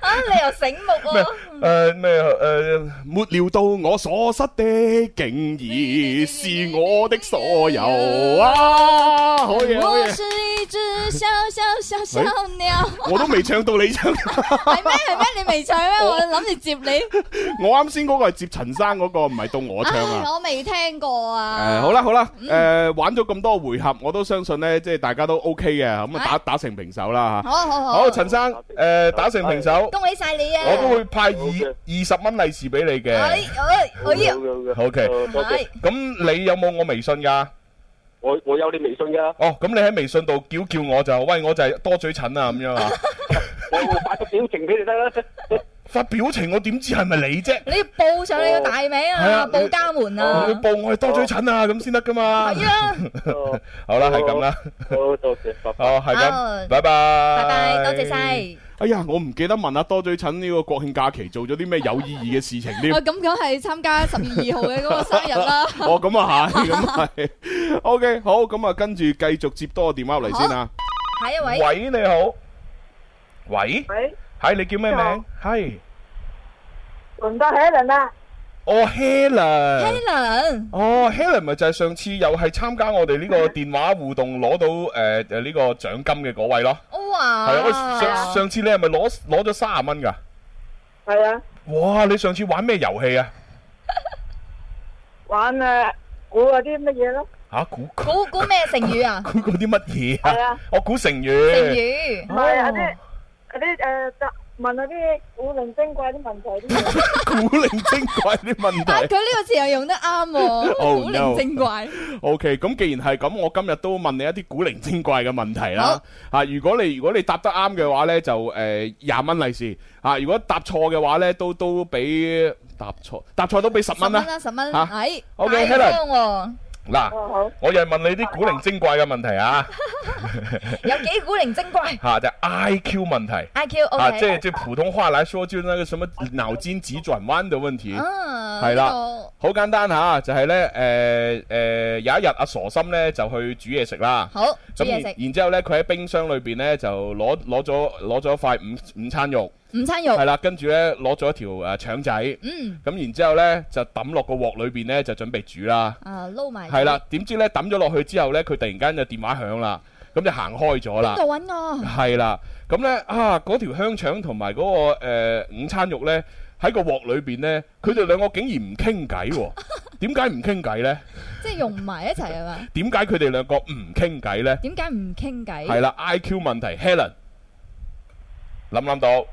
啊，你又醒目喎！诶呃咩诶，没料到我所失的，竟已是我的所有啊！可以可我以，是一隻小小小小鳥。我都未唱到你唱， 係咩係咩？你未唱咩？我諗住接你。我啱先嗰個係接陳生嗰個，唔係到我唱唉，啊！我未聽過诶，啊。嗯好啦好啦，诶，玩咗咁多回合，我都相信呢，即係大家都 OK 嘅，咁啊打打成平手啦吓。好，好嗯好好，陳生，诶，打成平手，恭喜晒你啊！我都會派二好二十蚊利是俾你哎嘅。哎哎呀！好哦 OK 多謝。咁你有冇我微信㗎？我我有你微信噶，哦，咁你喺微信度叫叫我就，喂，我就係多嘴蠢啊咁 樣啊，我我發個表情俾你得啦。發表情我點知係咪你啫？你要報上你個大名係啊，啊報家門啊我要！報我係多嘴蠢啊，咁先得噶嘛。係啊，哦好啦，係咁啦，好多謝，拜拜。哦，係好咁，拜拜。拜拜拜，多謝晒。哎呀，我唔記得問阿多嘴蠢呢個國慶假期做咗啲咩有意義嘅事情 添啊，。咁梗係參加十月二號嘅嗰個生日 啦。哦，咁啊係，咁係。OK，好，咁啊跟住繼續接多個電話入嚟先啊。下一位，喂，你好。喂，喂，係你叫咩名？係，輪到 Helen 啦，哦，Helen。 Helen，哦，Helen 咪就係上次又係參加我哋呢個電話互動攞到誒誒呢個獎金嘅嗰位咯，係哇，啊，喂上上次你係咪攞攞咗三十蚊㗎？係啊，哇！你上次玩咩遊戲啊？玩啊，估嗰啲乜嘢咯，嚇估估估估咩成語 啊？估嗰啲乜嘢係啊啊？我估成成 語。語，唔係嗰啲嗰啲誒答問嗰啲古靈精怪啲問題啲嘢，古靈精怪啲但佢問題。呢個詞又用得啱喎， Oh, 古靈精怪。 O K，咁既然係咁，我今日都問你一啲古靈精怪嘅問題啦。嚇，如果你如果你答得啱嘅話呢，就誒廿蚊利是。嚇，如果答錯嘅話呢，都都俾答錯，答錯都俾十十蚊蚊啦。啦，十蚊，嚇哎， OK，太 Helen 慌嗱。哦好，我又係問你啲古靈精怪嘅問題 啊，喎，有幾古靈精怪嚇就係 I Q 問題？IQ 啊，即 OK，係即係普通話來說，就是那個什麼腦筋急轉彎嘅問 À, 題。嗯，係啦呢個好簡單嚇，就係咧誒誒有一日阿傻心咧就去煮嘢食啦。好煮咁嘢然食，然之後咧，佢喺冰箱裏邊咧就攞攞咗攞咗塊午午餐肉，午餐肉係，啦，跟住咧攞咗一條誒腸仔，咁嗯，然之後咧就抌落個鑊裏邊咧就準備煮啦。啊撈埋，係啦，點知咧抌咗落去之後咧，佢突然間就電話響啦。咁就行開咗啦。度揾我？係啦，咁呢，啊，嗰條香腸同埋嗰個诶午餐肉呢，喺個鍋裏边呢，佢哋兩個竟然唔傾偈喎。 點解唔傾偈呢？即係用唔埋一齊係 嘛？點解佢哋兩個唔傾偈呢？點解唔傾偈？係啦，IQ 問題，Helen 諗唔諗到？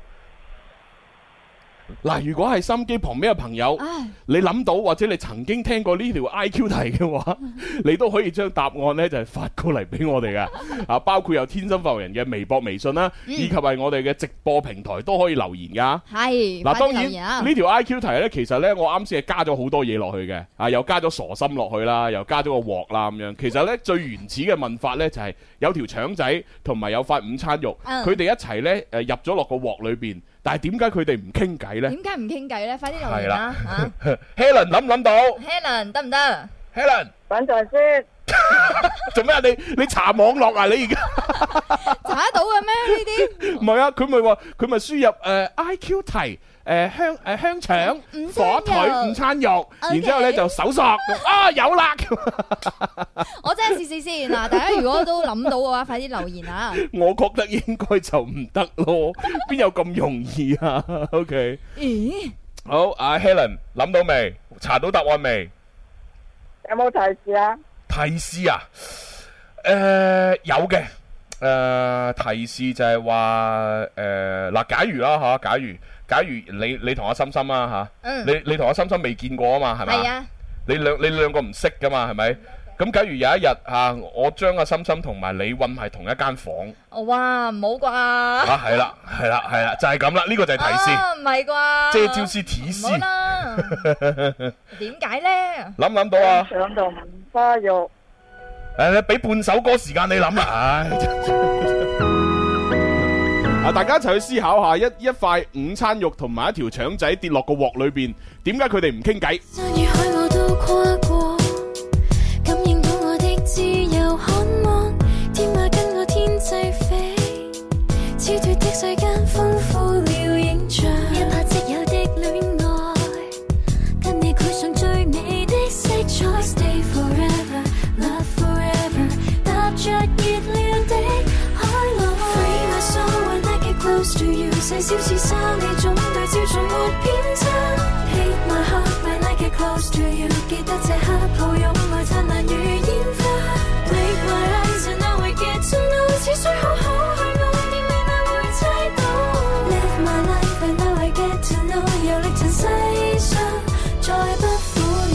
嗱，如果係心機旁邊嘅朋友，唉你諗到或者你曾經聽過呢條 IQ 題嘅話，嗯你都可以將答案呢就係發過嚟俾我哋噶。 啊，包括有天生發人嘅微博、微信啦，嗯以及係我哋嘅直播平台都可以留言㗎。係。嗱，快啲當留言啊然呢條 I Q 題呢，其實呢，我啱先係加咗好多嘢落去嘅，啊，又加咗傻心落去啦，又加咗個鑊啦咁樣。其實呢，最原始嘅問法呢，就係、有條腸仔同埋有塊午餐肉，嗯佢哋、一齊呢，誒入咗落個鑊裏邊，但係點解佢哋唔傾偈呢點解唔傾偈咧？快啲留係言啦啦嚇 Helen 諗唔諗到！Helen 得唔得？ ？Helen 等陣先，做咩啊？你你查網絡啊？你而家？查得到嘅咩？呢啲唔係啊，佢咪話佢咪輸入誒 I Q 題誒香誒香腸午嗯餐肉火腿午餐肉， OK 然之後咧就搜索咁啊有啦，我真係試試先嗱，大家如果都諗到嘅話，快啲留言 啊！我覺得應該就唔得 咯，邊有咁容易啊 ？OK，咦，好，阿 Helen 諗到未？查到答案未？有冇提示啊？提示啊，誒、有嘅，誒、提示就係話誒嗱，假如啦嚇，假如假如你你同阿心心啦嚇，嗯你你同阿心心未見過啊嘛，係咪？係啊，你兩你兩個唔識噶嘛，係咪？咁假如有一日啊，我將阿心心同埋你混埋同一間房，哦哇，唔好啊係啦係啦係啦，就係咁啦，呢個就係啩？提示，啊，唔係啩？即係招是提示唔好，啦，點解咧？ 諗唔諗到啊？上到五花肉，诶，俾半首歌時間你諗啦，唉。 啊！大家一齊去思考下，一一塊午餐肉同埋一條腸仔跌落個鍋裏邊，點解佢哋唔傾偈？山與海我都跨過，感應到我的自由看望，天馬跟我天際飛，超脱的世間豐富了影像，一拍即有的戀愛，跟你繪上最美的色彩，Stay forever。Love forever，踏着熱戀的海浪。Free my soul when I get close to you，細小似沙你種對焦盡沒偏差。Hit my heart when I get close to you，記得這刻抱擁愛燦爛如煙花。Blink my eyes and I will get to know，似水好好去愛你，未來會猜到。Live my life and I will get to know，遊歷塵世上，再不苦惱。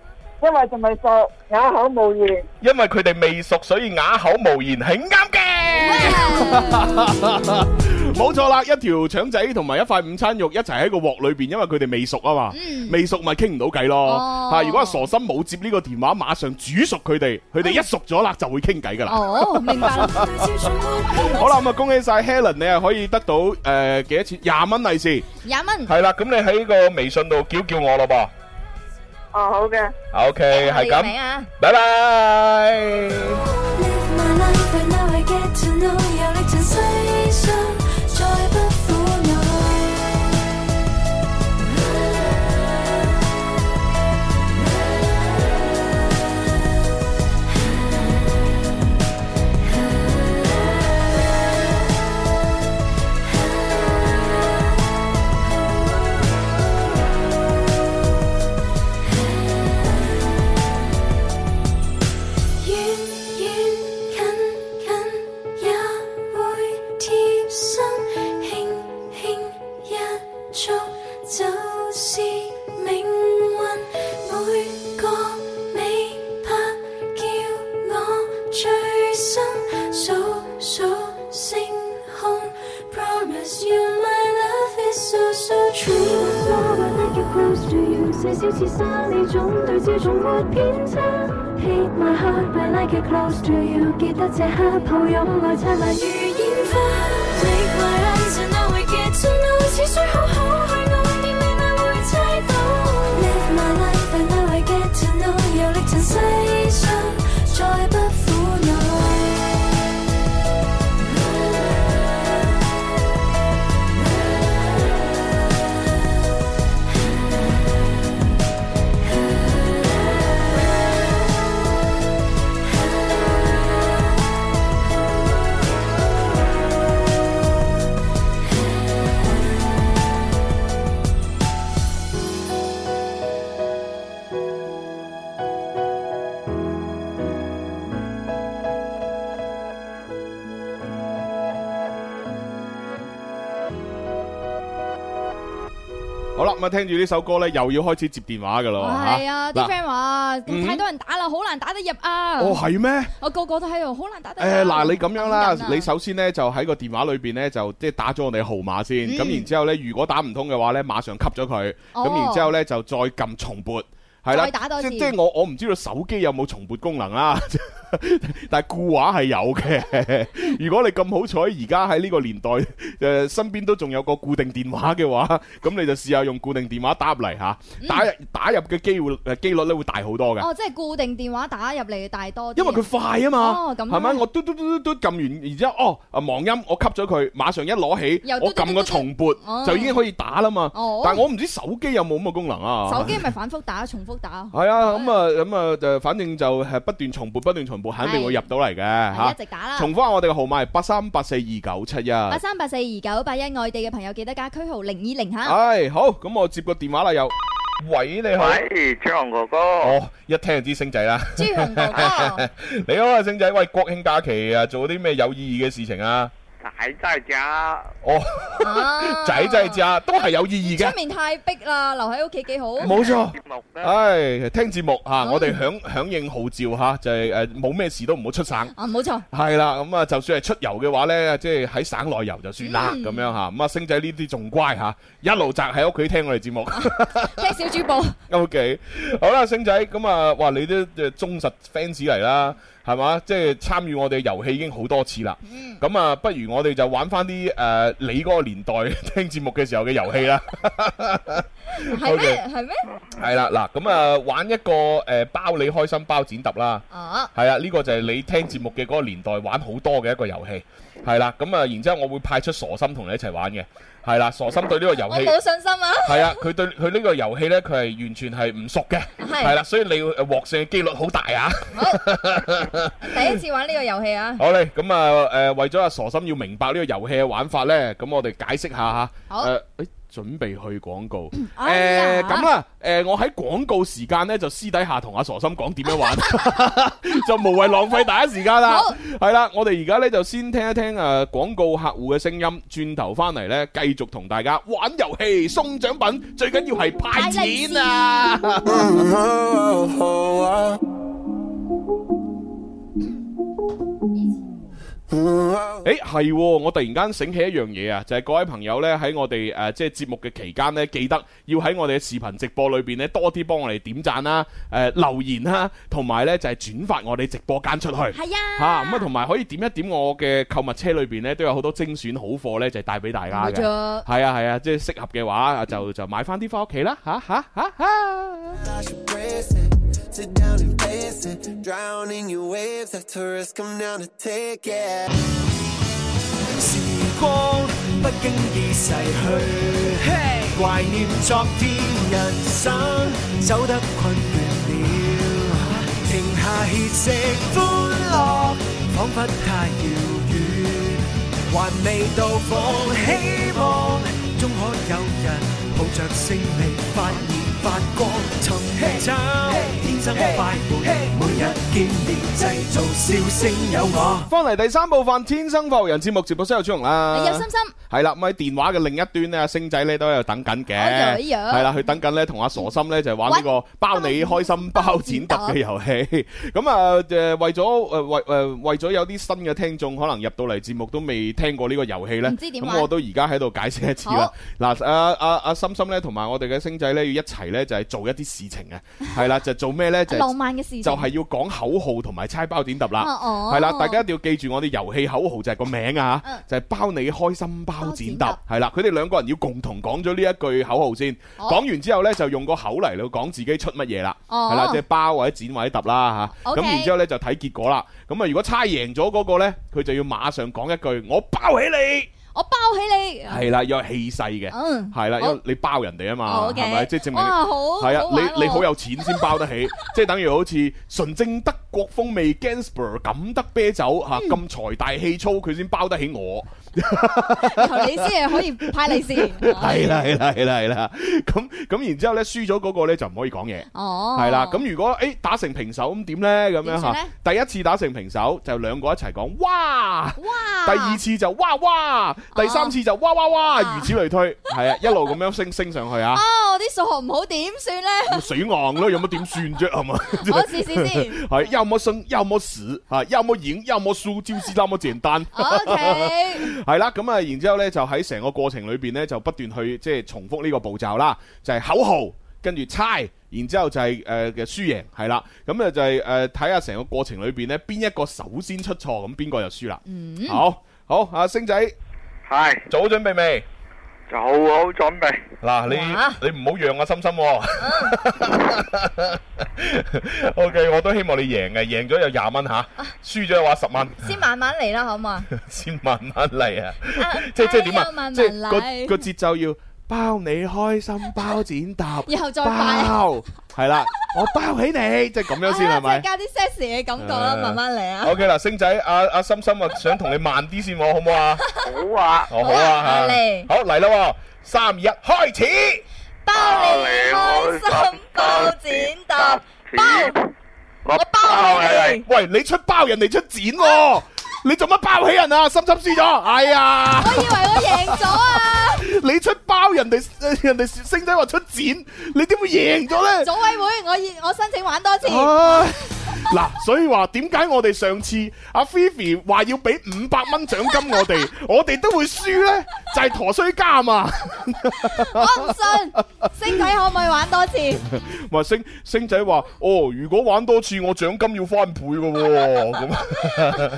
因為仲未熟，哑口無言。因為佢哋未熟，所以啞口無言，係啱 嘅。冇錯啦，一條腸仔同埋一塊午餐肉一齊喺個鍋裏邊，因為佢哋未熟啊嘛，未熟咪傾唔到偈哦咯。嚇，如果係傻心冇接呢個電話，馬上煮熟佢哋，佢哋一熟咗啦就會傾偈噶啦。哦，明白啦，好啦，咁啊恭喜晒 Helen，你係可以得到誒幾多錢？廿蚊利是。廿 蚊，係啦，咁你喺個微信度叫叫我咯噃。哦，好嘅。 OK，係名咁，啊，拜拜。 Live my life and now I get to know，遊歷塵世上，再不苦惱。遠遠近近也會貼身，輕輕一觸就是命運。每個尾拍叫我醉心，數數星空。Promise you my love is so so true。細小似沙呢種對焦總沒偏差。Take my heart when I get close to you，記得這刻抱擁愛燦爛如煙花。Take my eyes and I will get to know，似水好好去愛你，未來會猜到。Live my life and I will get to know，遊歷塵世上，好啦，咁啊聽住呢首歌咧，又要開始接電話噶啦。係啊，啲哦嗱 friend 話嗯太多人打啦，好難打得入啊！哦係咩？我個個都喺度，好難打得入。誒嗱，你咁樣啦等人啊，你首先呢，就喺個電話裏邊呢，就即係打咗我哋號碼先，嗯咁然之後呢，如果打唔通嘅話呢，馬上吸咗佢，哦咁然之後呢，就再撳重撥，係啦再打，多即次即係我我唔知道手機有冇重撥功能啦， 但係固話係有 嘅。如果你咁好彩，而家喺呢個年代誒身邊都仲有個固定電話嘅話，咁你就試下用固定電話打入嚟嚇，嗯打入打入嘅機會誒機率咧會大好多嘅。哦，即係固定電話打入嚟大多啲因為佢快啊嘛，哦，咁係咪？我嘟嘟嘟嘟嘟撳完，然之後哦，啊忙音，我吸咗佢，馬上一攞起又，嘟我嘟嘟撳個重撥哦就已經可以打啦嘛哦。但係我唔知手機有冇咁嘅功能啊。 手機咪反覆打、重複打，係啊，咁啊，咁啊，就反正就係不斷重撥，不斷重撥，肯定會入到嚟嘅係嚇一。直打啦。啊重翻我哋嘅號碼係八三八四二九七一。八三八四二九八一，外地嘅朋友記得加區號零二零嚇。唉，好，咁我接個電話啦，又。喂，你好。喂，朱紅哥哥。哦，一聽就知星仔啦。朱紅哥哥， 你好啊，星仔。喂，國慶假期啊，做啲咩有意義嘅事情啊？仔在家，哦。啊仔仔咋都係有意義嘅出。面太逼啦，留喺屋企幾好。冇錯，唉，聽節目嗯吓，我哋響響應號召吓，就係诶冇咩事都唔好出省。啊，冇錯。係啦，咁啊，就算係出遊嘅話呢，即係喺省內遊就算啦，嗯咁樣吓。咁啊，星仔呢啲仲乖吓，一路宅喺屋企聽我哋節 目。聽小主 播， O K，好啦，星仔，咁啊，哇，你都呃忠實 fans 嚟啦，係嘛？即係參與我哋遊戲已經好多次啦。嗯咁啊，不如我哋就玩翻啲诶你嗰個年代 聽節目嘅時候嘅遊戲啦。係咩？係咩？係啦，嗱，咁啊，玩一個诶包你開心包剪揼啦。啊，係啊，呢、個就係你聽節目嘅嗰個年代玩好多嘅一個遊戲，係啦，咁啊，然之後我會派出傻心同你一齊玩嘅，係啦，傻心對呢個遊我戲冇信心啊。係啊，佢對佢呢個遊戲呢，佢係完全係唔熟嘅，係係啦，所以你要獲勝嘅機率好大啊！第一次玩呢個遊戲啊。好咧，咁啊誒，為咗阿傻心要明白呢個遊戲嘅玩法呢，咁我哋解釋下嚇，好誒誒準備去廣告，誒哎呀咁啦，誒我喺廣告時間呢，就私底下同阿傻心講點 樣玩，就無謂浪費大家時間啦好。係啦，我哋而家呢，就先聽一聽誒廣告客戶嘅聲音，轉頭翻嚟呢，繼續同大家玩遊戲送獎品，最緊要係派錢啊！诶，系、我突然間醒起一樣嘢啊，就係各位朋友呢，喺我哋诶、呃即係節目嘅期間呢，記得要喺我哋嘅視頻直播裏边呢，多啲幫我哋點讚啦、诶、留言啦，同埋呢就係轉發我哋直播間出去。係啊。吓咁啊，同埋可以點一點我嘅購物車裏边呢，都有好多精選好貨呢，就係帶俾大家冇嘅。錯係啊係啊，即係適合嘅話就就买翻啲翻屋企啦，吓吓吓吓。 Sit down and face it. Drowning your waves as tourists come down to take it. 時光不經意逝去，懷念昨天，人生走得困倦了，停下歇息，歡樂彷彿太遙遠，還未到訪，希望終可有人抱着勝利發現發光，尋找天生快活，每日見面製造笑聲有我。翻嚟第三部分《天生浮人》節目直播室有朱紅啦，有心心系啦，咁喺電話嘅另一端咧，阿星仔咧都喺度等哎緊嘅，呀哎呀係啦，佢等緊咧同阿傻心咧就係玩呢個包你開心包剪揼嘅遊戲。 咁啊誒為咗誒為誒為咗有啲新嘅聽眾可能入到嚟節目都未聽過呢個遊戲咧，唔知點玩咁我都而家喺度解釋一次啦好。嗱，阿阿阿心心咧同埋我哋嘅星仔咧要一齊咧就係做一啲事情啊，係啦，就做咩咧就係浪漫嘅事情就係要講口號同埋猜包剪揼啦，哦嗯哦係啦，大家。一定要記住我哋遊戲口號就係個名啊，就係包你開心包剪揼，係啦，佢哋兩個人要共同講咗呢一句口號先，哦講完之後呢，就用個口嚟到講自己出乜嘢啦，哦係啦，即係包或者剪或者揼啦吓， OK 咁然之後呢，就睇結果啦，咁啊如果猜贏咗嗰個呢，佢就要馬上講一句我包起你。我包起你。係啦，有氣勢嘅，嗯係啦，因好為你包人哋啊嘛，哦，OK 係咪？即係證明你哇好好係玩啊，你你喎好有錢先包得 起，即係等於好似純正德國風味 Gansper 錦德啤酒嗯嚇咁財大氣粗，佢先包得起哦我。求你先係可以派利 是。係啦係啦係啦係啦，咁咁然之後咧，輸咗嗰個咧就唔可以講嘢。哦，係啦，咁如果誒打成平手咁點呢？咁樣點算呢嚇，第一次打成平手就兩個一齊講哇，哇，第二次就哇哇，第三次就哇哇哇，如此類推，係啊，一路咁樣升 升上去啊。啊，我啲數學唔好點算咧？咁死硬咯，有乜點算啫？係嘛？ 我試試先係，要麼生，要麼死，啊，要麼贏，要麼輸，就是那麼簡單。 OK 係啦，咁啊，然之後咧就喺成個過程裏邊咧就不斷去即係重複呢個步驟啦，就係口號，跟住猜。然之後就係誒嘅輸贏係啦，咁啊就係誒睇下成個過程裏邊咧，邊一個首先出錯，咁邊個就輸啦。嗯好，好，阿星仔，係早準備未？就好好準備。嗱，你你唔好讓阿心心 喎。O K，我都希望你贏嘅，贏咗有廿蚊吓，輸咗嘅話十蚊，先慢慢嚟啦，好唔好啊？先慢慢嚟啊！ 即係即係點慢啊？慢即係嚟個個節奏要包你開心，包剪揼，以後再快包係啦，我包起你，即係咁樣先係即咪係？加啲 sexy 嘅感覺啦，慢慢嚟啊 O！K 啦，星仔，阿阿心心啊，想同你慢啲先喎，好唔好啊？好啊，哦好啊嚇嚟好嚟啦喎，三二一，開始。包你開心，包剪揼，包我包你。喂，你出包，人哋出剪喎、你做乜包起人啊？心心輸咗，哎呀！我以為我贏咗啊！你出包，人哋人哋星仔話出剪，你點會贏咗呢？組委會，我要我申請玩多次。唉 嗱，所以話點解我哋上次阿 Fifi 話要俾五百蚊獎金我 哋，我哋都會輸呢？就係、陀衰家嘛。 我唔信，星仔可唔可以玩多次？話星星仔話：哦，如果玩多次，我獎金要翻倍嘅喎、 唔咁。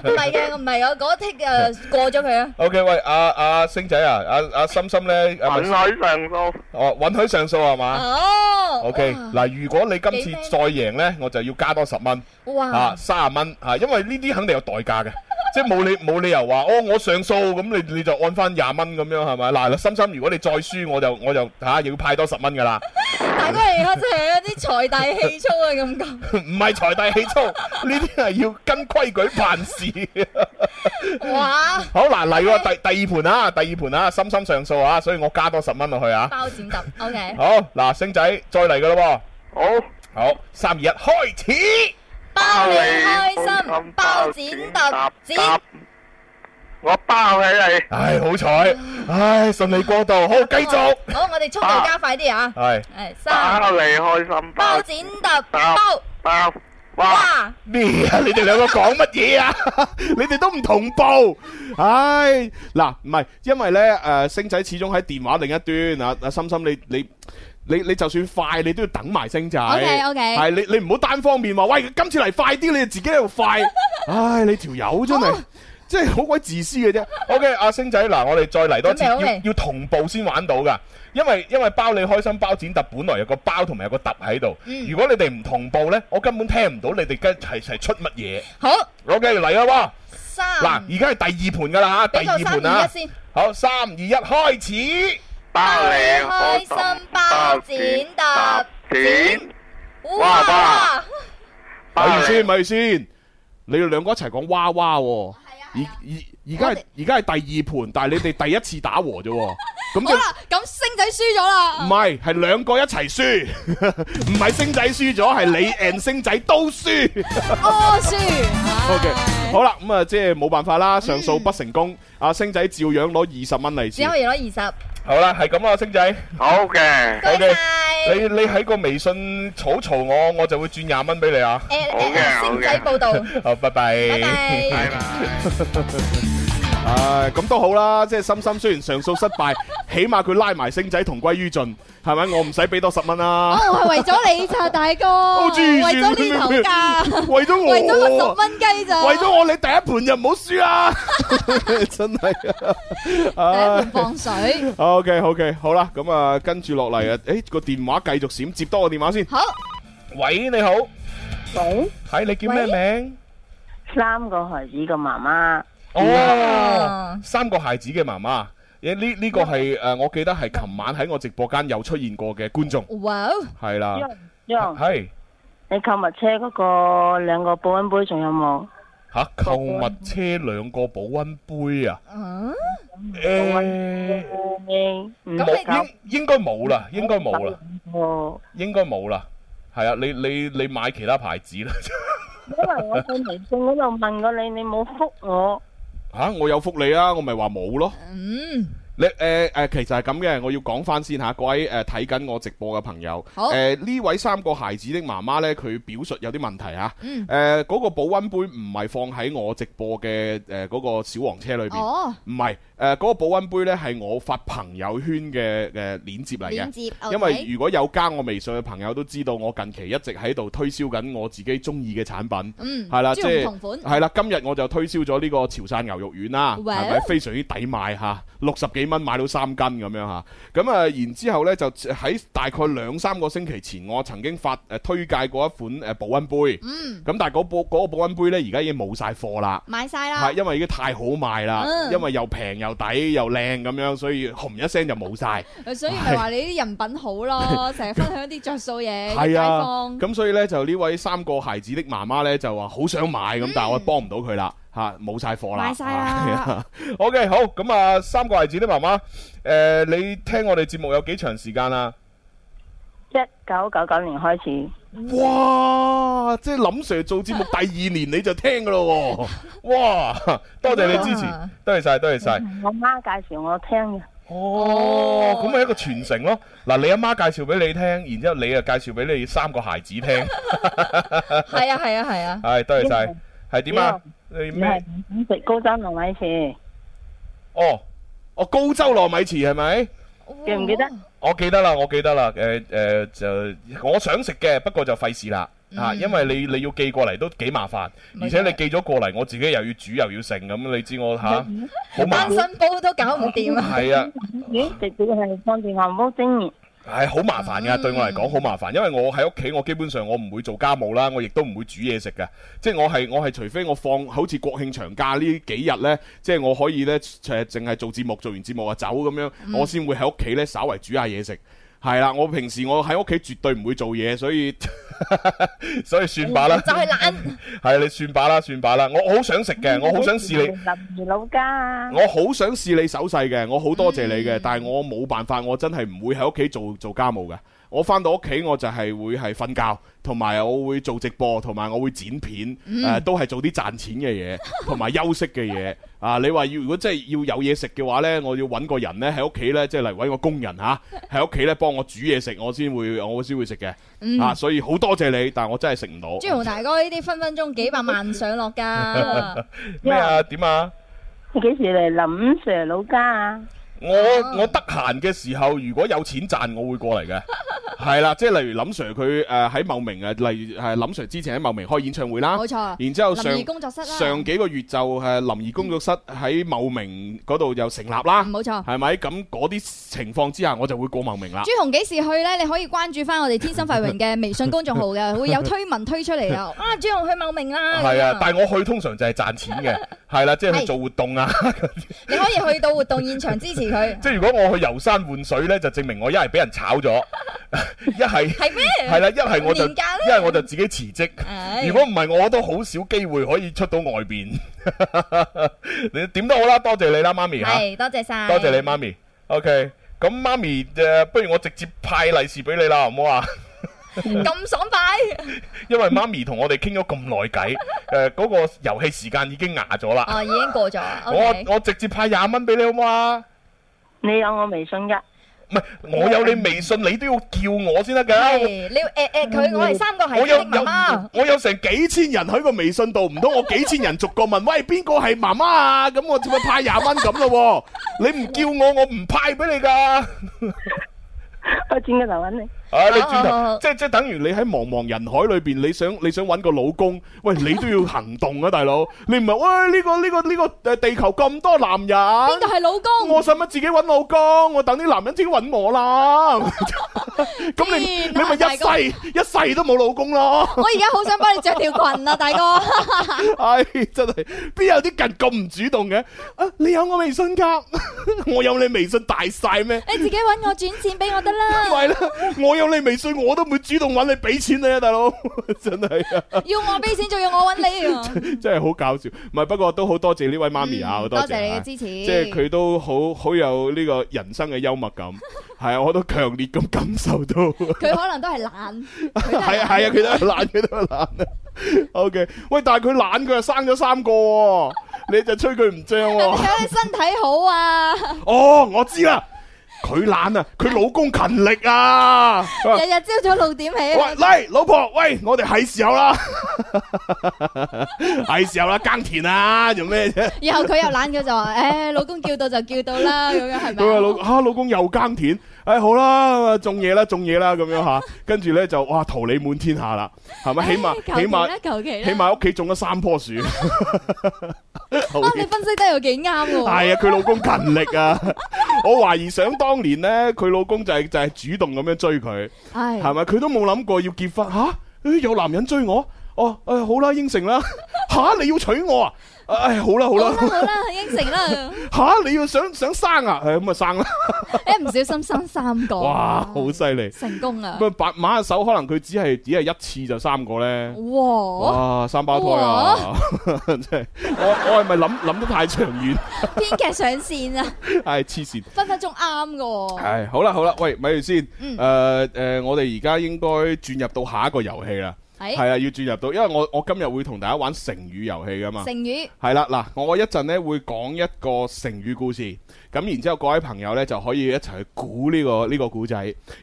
係嘅，我唔係我嗰 tick 誒過咗佢啊！ O、k 喂，阿、阿、星仔啊，阿、阿、心心咧，允允許上訴，哦，允許上訴係嘛哦？O K，嗱，如果你今幾次咩再贏咧，我就要加多十蚊，哇啊，三十蚊啊，因為呢啲肯定有代價嘅。即係冇理冇理由話哦，我上訴咁你你就按翻廿蚊咁樣係咪？嗱，心心，如果你再輸，我就我就嚇、啊要派多十蚊㗎啦。大哥而家真係有啲財大氣粗嘅感覺。唔係財大氣粗，呢啲係要跟規矩辦事。哇！好嗱，嚟喎，第第二盤啊，第二盤啊，心心上訴啊，所以我加多十蚊落去啊。包剪揼，OK。好嗱，星仔再嚟噶咯喎。好，好，三二一，開始。包你開心，包剪揼，剪我包起你。唉，好彩，唉，順利過渡，好，繼續。 好，我哋速度加快啲啊！係係三包你開心，包剪揼包包包哇！咩啊？你哋兩個講乜嘢啊？ 你哋都唔同步，唉，嗱，唔係，因為咧，誒、星仔始終喺電話另一端啊，阿心心你你。你你就算快，你都要等埋星仔。 OK，OK 係你你唔好單方面話，喂，今次嚟快啲，你就自己喺度 快。唉，你條友真哦係，即係好鬼自私嘅啫。OK，阿星仔，嗱，我哋再嚟多次，準備要好未要同步先玩到噶。因為因為包你開心包剪揼，本來有個包同埋有個揼喺度。嗯如果你哋唔同步呢，我根本聽唔到你哋跟齊齊出乜嘢。好 OK，嚟啦三喎！嗱，而家係第二盤噶啦嚇，俾第個二三盤二啊一先，好，三二一，開始。包你開心包剪揼剪哇哇！咪住先，咪住先，你哋兩個一齊講娃娃哦喎。啊而而而家係而家係第二盤，但係你哋第一次打和啫 喎。咁好就啦，咁星仔輸咗啦。唔係，係兩個一齊輸， 唔係星仔輸咗，係你 and 星仔都輸。哦，輸。 O K，好啦，咁啊，即係冇辦法啦，上訴不成功，阿星仔照樣攞二十蚊利只可以攞二十。好啦，係咁啦，啊星仔。好嘅，O K。你你喺個微信嘈嘈我，我就會轉廿蚊俾你啊。誒誒，星仔報道。 好，拜拜。拜拜拜唉，咁都好啦，即係心心雖然上訴失 敗，起碼佢拉埋星仔同歸於盡，係咪？我唔使俾多十蚊啦。我係為咗你咋，大哥。好為黐線咗呢頭價。 為咗我為咗個十蚊雞咋。為咗我，你第一盤就唔 好輸啊！真係啊！第一盤放水 O K O K，好啦，咁啊，跟住落嚟啊，誒個電話繼續閃，接多個電話先。好。喂，你好。喂。係你叫咩名？三個孩子嘅媽啊媽。哦，三個孩子嘅媽媽。誒呢呢個係誒，我記得係琴晚喺我直播間有出現過嘅觀眾，哇！係啦，張，係你購物車嗰個兩個保温杯仲有冇？吓購物車兩個保温杯啊。嗯。誒，嗯咁冇應應該冇啦，應該冇啊啦，哦，應該冇啦。係啊，你你你買其他牌子啦。因為我去微信嗰度問過你，你冇覆我。吓，我有福利啊，我咪話冇咯。嗯。你誒誒，其實係咁嘅，我要講翻先嚇，各位誒睇緊我直播嘅朋友，好誒呢位三個孩子的媽媽呢，佢表述有啲問題嚇，嗯誒嗰個保温杯唔係放喺我直播嘅誒嗰個小黃車裏邊哦，唔係誒嗰個保温杯呢，係我發朋友圈嘅誒鏈接嚟鏈接嘅， ，OK 因為如果有加我微信嘅朋友都知道，我近期一直喺度推銷緊我自己中意嘅產品，嗯係啦，朱即紅係同款係啦，今日我就推銷咗呢個潮汕牛肉丸啦，係 Well 咪非常之抵買嚇？六十幾蚊買到三斤咁樣嚇，咁啊，然之後呢，就喺大概兩三個星期前，我曾經發誒、呃推介過一款誒保温杯，咁、嗯但係嗰保嗰個保温杯呢，而家已經冇晒貨啦。買晒啦係，。因為已經太好賣啦，啊嗯因為又平又抵又靚咁樣，所以紅一聲就冇晒。所以咪話你啲人品好咯，成日分享啲着數嘢，係街啊，坊咁所以呢，就呢位三個孩子的媽媽呢，就話好想買咁，但係我幫唔到佢啦，吓冇晒貨啦，賣嗯晒係啦。啊 OK，好，咁啊，三個孩子的媽媽，诶，你聽我哋節目有幾長時間啊？一九九九年開始。嗯哇！即係林 Sir 做節目第二年你就聽噶咯 喎，哇！多謝你支持哇，多謝晒，多謝晒。我媽介紹我聽嘅。哦，咁咪一個傳承咯。嗱，你阿媽介紹俾你聽，然之後你又啊介紹俾你三個孩子聽， 係啊係啊係啊，係多謝晒。係點啊？你你係咩？唔食高州糯米糍，哦，哦，高州糯米糍係咪？記唔記得？我記得啦，我記得啦，誒、誒、就我想食嘅，不過就費事啦嚇，嗯因為你你要寄過嚟都幾麻煩，而咪就且係你寄咗過嚟，我自己又要煮又要剩咁，你知我嚇好麻單煩，身煲都搞唔掂啊！係啊，咦，直接係放住牛煲蒸熱。係好麻煩嗯噶，對我嚟講好麻煩，因為我喺屋企，我基本上我唔會做家務啦，我亦都唔會煮嘢食嘅，即係我係我係除非我放好似國慶長假呢幾日呢，即係我可以呢，誒淨係做節目，做完節目啊走咁樣，嗯我先會喺屋企呢，稍為煮下嘢食。係啦，我平時我喺屋企絕對唔會做嘢，所以 所以算罷啦。哦就係懶。嗯係你算罷啦，算罷啦。我好想食嘅，我好想試你。林如老家。我好想試你手勢嘅，我好多謝你嘅，但係我冇辦法，我真係唔會喺屋企做做家務嘅。我翻到屋企我就係會係瞓覺，同埋我會做直播，同埋我會剪片，誒、嗯都係做啲賺錢嘅嘢，同埋休息嘅嘢。啊，你話要如果真係要有嘢食嘅話呢，我要揾個人呢喺屋企呢，即係嚟揾個工人嚇喺屋企呢幫我煮嘢食，我先會我先會食嘅。嗯啊，所以好多謝你，但係我真係食唔到。朱紅大哥呢啲分分鐘幾百萬上落㗎，咩啊？點啊？你幾時嚟林 Sir 老家啊？我我得閒嘅時候，如果有錢賺，我會過 嚟嘅。係啦，即係例如林 Sir 佢誒喺茂名誒，例如係林 Sur 之前喺茂名開演唱會啦，冇錯然之後林上怡工作室啦上幾個月就誒林怡工作室喺茂名嗰度又成立啦，嗯冇錯係咪？咁嗰啲情況之下，我就會過茂名 啦朱。紅幾時去呢？你可以關注翻我哋天生快活人嘅微信公眾號嘅，會有推文推出 嚟啊！啊，朱紅去茂名啦，係咁啊樣，但係我去通常就係賺錢嘅， 係啦，即係去係做活動啊。，你可以去到活動現場支持佢即係如果我去遊山玩水呢，就證明我一係俾人炒咗，一係係咩係啦，一係我就年假一係我就自己辭職。唉如果唔係，我都好少機會可以出到外邊。 你點都好啦，多謝你啦，媽咪係嚇，多謝晒，多謝你媽咪。OK，咁媽咪誒、不如我直接派利是俾你啦，好唔好啊？ 咁爽快。因為媽咪同我哋傾咗咁耐偈，誒、呃嗰、個遊戲時間已經牙咗啦。哦，已經過咗。OK 我我直接派廿蚊俾你好唔好啊？你有我微信噶？唔係，我有你微信，你都要叫我先得㗎。係你要 at at 佢，我係三個孩我子有的媽媽。有我有成幾千人喺個微信度，唔通我幾千人逐個問，喂邊個係媽媽啊？咁我咪派廿蚊咁咯 喎？你唔叫我，我唔派俾你 噶。我轉個頭揾你。啊！你好轉好頭好即即等於你喺茫茫人海裏邊，你想你想揾個老公，喂你都要行動啊，大佬！你唔係喂呢個呢個呢個誒地球咁多男人，邊個係老 公？我使乜自己揾老公？我等啲男人自己揾我 啦。咁你天啊你咪大哥一世一世都冇老公咯。我而家好想幫你着條裙啊， 大哥。唉，真係邊有啲人咁唔主動嘅？啊，你有我微信㗎， 我有你微信大 晒咩？你自己揾我轉錢俾我得啦。咪啦，我有你微信，我都唔會主動揾你俾錢你啊，大佬， 真係啊！要我俾錢，仲要我揾 你啊！真係好搞笑，唔係不過都好多謝呢位媽咪啊，好嗯多謝謝你啊嘅支持即係佢都好好有呢個人生嘅幽默感，係啊，我都強烈咁感受到。佢可能都係懶， 係啊係啊，佢都係懶，佢都係懶啊。O K，喂，但係佢懶，佢又生咗三個喎。你就吹佢唔 脹喎。睇你身體好啊，哦，我知啦，佢懶啊，佢老公勤力 啊。佢話日日朝早六點起啊。喂，嚟老婆，喂，我哋係時候啦， 係時候啦，耕田啊，做咩啫？然後佢又懶，佢就話：，誒，老公叫到就叫到啦， 咁樣係咪佢話老啊老公又耕田，唉好啦，種嘢啦，種嘢啦咁 樣吓，跟住咧就哇桃李滿天下啦，係咪？起碼求其起啦碼求其啦起碼屋企種咗三 棵樹，好啊，你分析得又幾啱喎。 係啊，佢老公勤力啊，我懷疑想當年咧，佢老公就係就係主動咁樣追佢，係係咪？佢都冇諗過要結婚吓，咦有男人追我，哦誒好啦，應承啦， 吓你要娶我啊？唉好啦好啦，好啦，應承 啦，吓你要想想生啊？係咁啊生啦。一唔小心生三個，哇，好哦犀利！成功啊！咁啊，白馬嘅手可能佢只係只係一次就三個咧。哦哇！哇，三胞胎啊！ 真係，我我係咪諗諗得太長遠？ 編劇上線啊，係黐線。分分鐘啱噶。係好啦好啦，喂，咪住先。嗯誒誒，我哋而家應該轉入到下一個遊戲啦。係係啊，要轉入到，因為我我今日會同大家玩成語遊戲噶嘛。成語係啦，嗱，我一陣咧會講一個成語故事，咁然之後各位朋友咧就可以一齊去估呢、個呢、個故仔，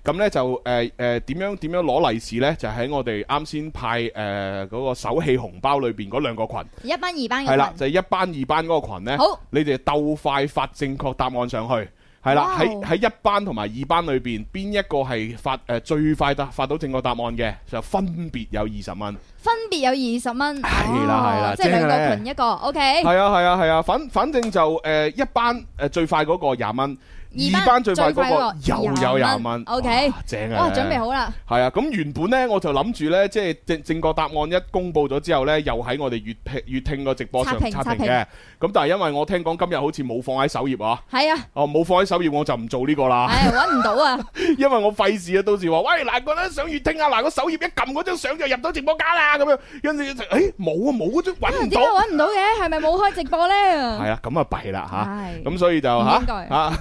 咁咧就誒誒點樣點樣攞利是咧，就喺我哋啱先派誒嗰、個手氣紅包裏邊嗰兩個群，一班二班係啦嘅，群就係一班二班嗰個群咧好，你哋鬥快發正確答案上去。係啦，哇哦喺喺一班同埋二班裏邊，邊一個係發誒、最快答發到正確答案嘅，就分別有二十蚊。分別有二十蚊，係啦係啦即係兩正啊個咧群一個，OK，係啊係啊係啊，反反正就诶一班诶最快嗰個廿蚊，班二班最快嗰個最快嗰又個有20廿蚊，OK，正啊！哇，準備好啦， 係啊，咁原本呢，我就諗住呢，即係正正確答案一公佈咗之後呢，又喺我哋粵聽粵聽個直播上刷屏刷刷屏屏嘅。咁但係因為我聽講今日好似冇放喺首頁啊，係啊，哦冇放喺首頁我就唔做呢個啦。唉，揾唔到啊， 因為我費事啊，到時話喂嗱，嗰張相月聽啊，嗱個首頁一撳嗰張相就入到直播間啦咁樣，跟住就誒冇啊冇嗰張揾唔點解到。揾唔到嘅？係咪冇開直播系咧？啦，咁啊弊啦係吓，咁所以就唔吓應 該吓，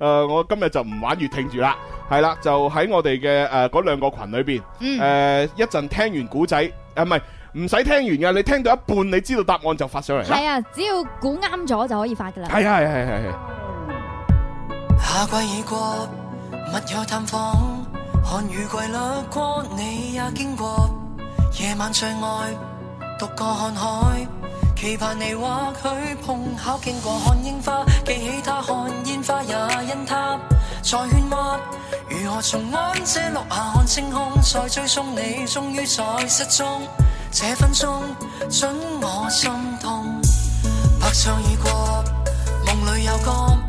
诶，我今日就唔玩粵聽住啦，係啦，就喺我哋嘅诶嗰兩個群裏边，嗯诶一陣聽完古仔，诶唔係唔使聽完嘅，你聽到一半，你知道答案就發上嚟啦係，啊，只要估啱咗就可以發噶啦。係啊係啊係啊係啊，夏季已過，密友探訪，寒雨季掠過，你也經過。夜晚最愛獨個看海，期盼你或許碰巧經過看櫻花，記起他看煙花也因他在喧譁。如何重安這綠下看星空，再追蹤你，終於在失蹤。這分鐘準我心痛，白晝已過，夢裏有光。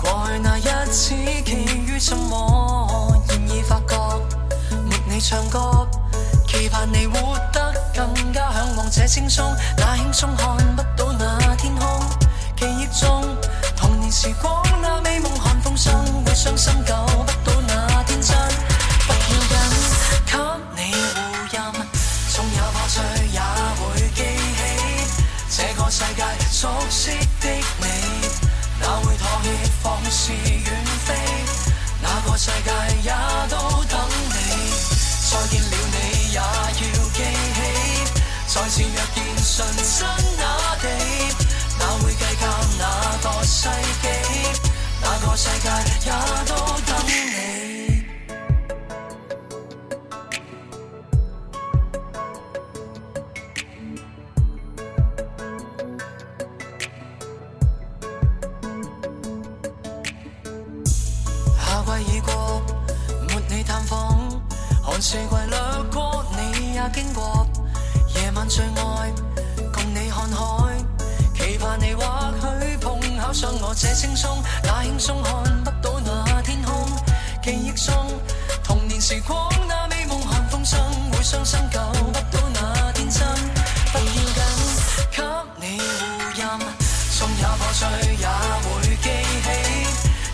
過去那一次，奇遇什麼？現已發覺，沒你唱歌，期盼你活得更加向往這輕鬆，那輕鬆看不到那天空。記憶中，童年時光那美夢寒風生會傷心，救不到那天真。不要緊，給你護蔭，縱有破碎也會記起這個世界熟悉的你。哪會妥協放肆遠飛？那個世界也都等你，再見了你也要記起。再次若見純真那地，哪會計較那個世紀？那個世界也都等你。夏季已過，沒你探訪，寒四季掠過，你也經過。夜晚最愛，共你看海，期盼你或許碰巧上我這輕鬆，那輕鬆看不到那天空。記憶中，童年時光那美夢寒風生，會傷心救不到那天真。不要緊，給你護蔭，縱有破碎也會記起。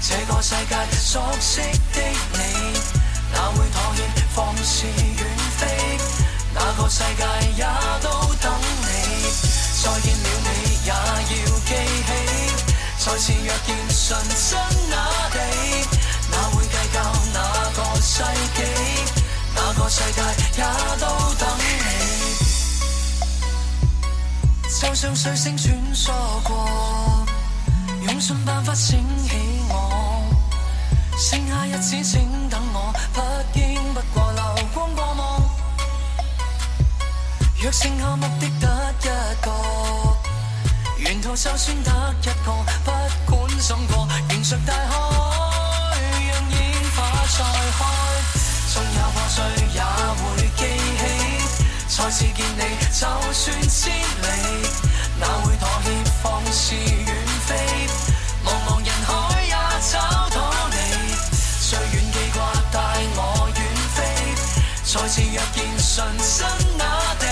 這個世界熟悉的你，哪會妥協放肆遠飛？那個世界也都等你，再見了你也要記起。再次若見純真那地，哪會計較那個世紀？那個世界也都等你。就像水星穿梭疏過，用盡辦法醒起我。剩下日子請等我，不經不過流光過望。若剩下目的得一個，沿途就算得一個，不管怎過，迎着大海，讓煙花再開。縱也破碎，也會記起。再次見你，就算千里，哪會妥協，放肆遠飛。茫茫人海也找到你，最遠記掛帶我遠飛。再次若見純真那地，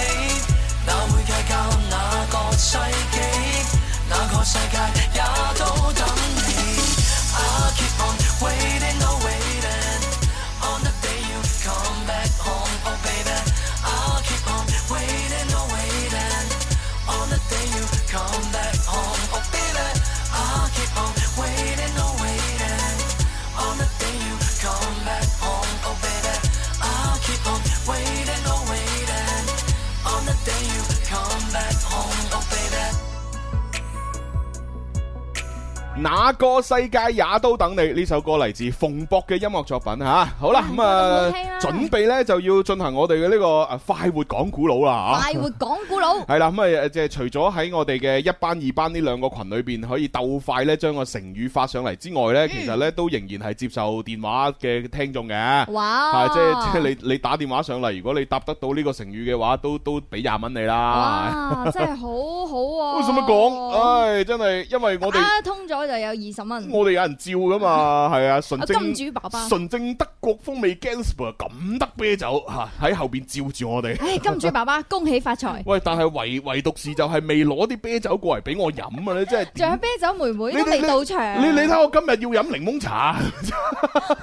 哪會計較那個世紀，那個世界也都等你。I keep on waiting, oh waiting. On the day you come back home, oh baby, I'll keep on waiting, oh waiting. On the day you come back home, oh baby, I'll keep on waiting, oh waiting. On the day you come back home, oh baby, I'll keep on waiting, oh waiting. On the day you come back home, oh baby. 哪個世界也都等你呢首歌嚟自馮博嘅音樂作品吓，好啦咁啊，準備咧就要進行我哋嘅呢個啊快活講古佬啦吓。快活講古佬。系啦，咁啊，誒即係除咗喺我哋嘅一班、二班呢兩個群裏边可以鬥快咧，將個成語發上嚟之外嗯咧，其實咧都仍然係接受電話嘅聽眾嘅。哇係即係即係你你打電話上嚟，如果你答得到呢個成語嘅話，都都俾廿蚊你啦。哇，真係好好喎！為什麼講？唉，真係因為我哋。啊，通咗就有二十蚊。我哋有人照噶嘛，係啊，純啊正金主爸爸純正德國風味 Gansper 咁得啤酒嚇喺後邊照住我哋。唉，金主爸爸，恭喜發 財！喂，但係唯唯獨是就係未攞啲啤酒過嚟俾我飲啊！你真係仲有啤酒妹妹都你未你到場。你你睇我今日要飲檸 檬茶，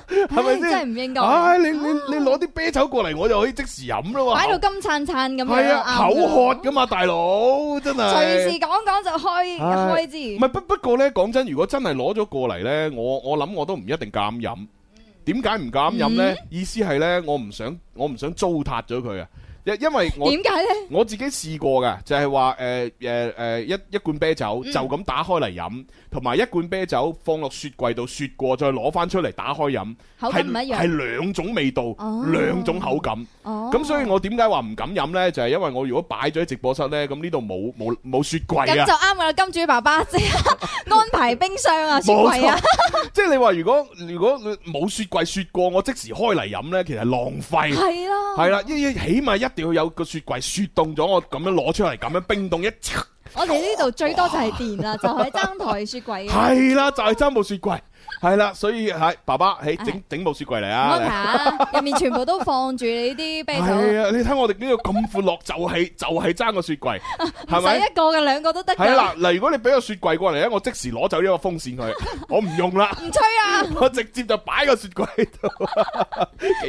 係咪唉先？真係唔應該唉，你你你攞啲啤酒過嚟，我就可以即時飲啦喎。擺到金燦燦咁係樣，啊，口渴噶嘛，大佬真係。隨時講講就開唉開唔支係。不不過咧，講真，如果真係攞咗過嚟呢，我我諗我都唔一定敢飲。點解唔敢飲呢？意思係呢，我唔想我唔想糟蹋咗佢啊！因因為我點解呢？我自己試過嘅，就係話誒誒誒一一罐啤酒就咁打開嚟飲，同埋一罐啤酒放落雪櫃度雪過，再攞翻出嚟打開飲，口感唔一樣係兩種味道，哦兩種口感。哦咁所以我點解話唔敢飲呢？就係因為我如果擺咗喺直播室呢，咁呢度冇冇冇雪咁櫃就啊。啱噶啦，金主爸爸即刻安排冰箱啊、雪冇櫃啊錯， 即係你話如果如果冇雪櫃雪過，我即時開嚟飲呢，其實係浪費。係咯係啦，一一起碼一定要有個雪櫃雪凍咗，我咁樣攞出嚟，咁樣冰凍一。我哋呢度最多就係電 啦，就係爭台雪櫃嘅。係啦，就係爭部雪櫃。嗯係啦，所以係爸爸，喺整整部雪櫃嚟安啊！哎排入面全部都放住你啲啤係酒，啊，你睇我哋呢度咁闊落，就係就係爭個雪 櫃，唔係使咪一？個嘅兩個都得係啦，㗎。嗱，如果你俾個雪櫃過嚟啊咧，我即時攞走呢個風 扇佢，我唔用啦，唔吹啊！我直接就擺個雪櫃 度，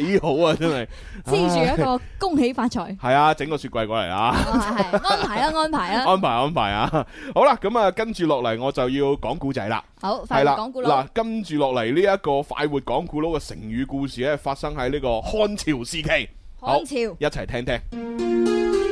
幾好啊，真係黐住一個恭喜發 財，係啊，整個雪櫃過嚟啊！ 哦係係安排啊安排啊，安排安排啊！好啦，咁啊，跟住落嚟我就要講古仔啦。好係快啦，啲講古佬嗱，。跟住落嚟呢一個快活講古佬嘅成語故事咧，發生喺呢個漢朝時期。好漢朝一齊聽聽。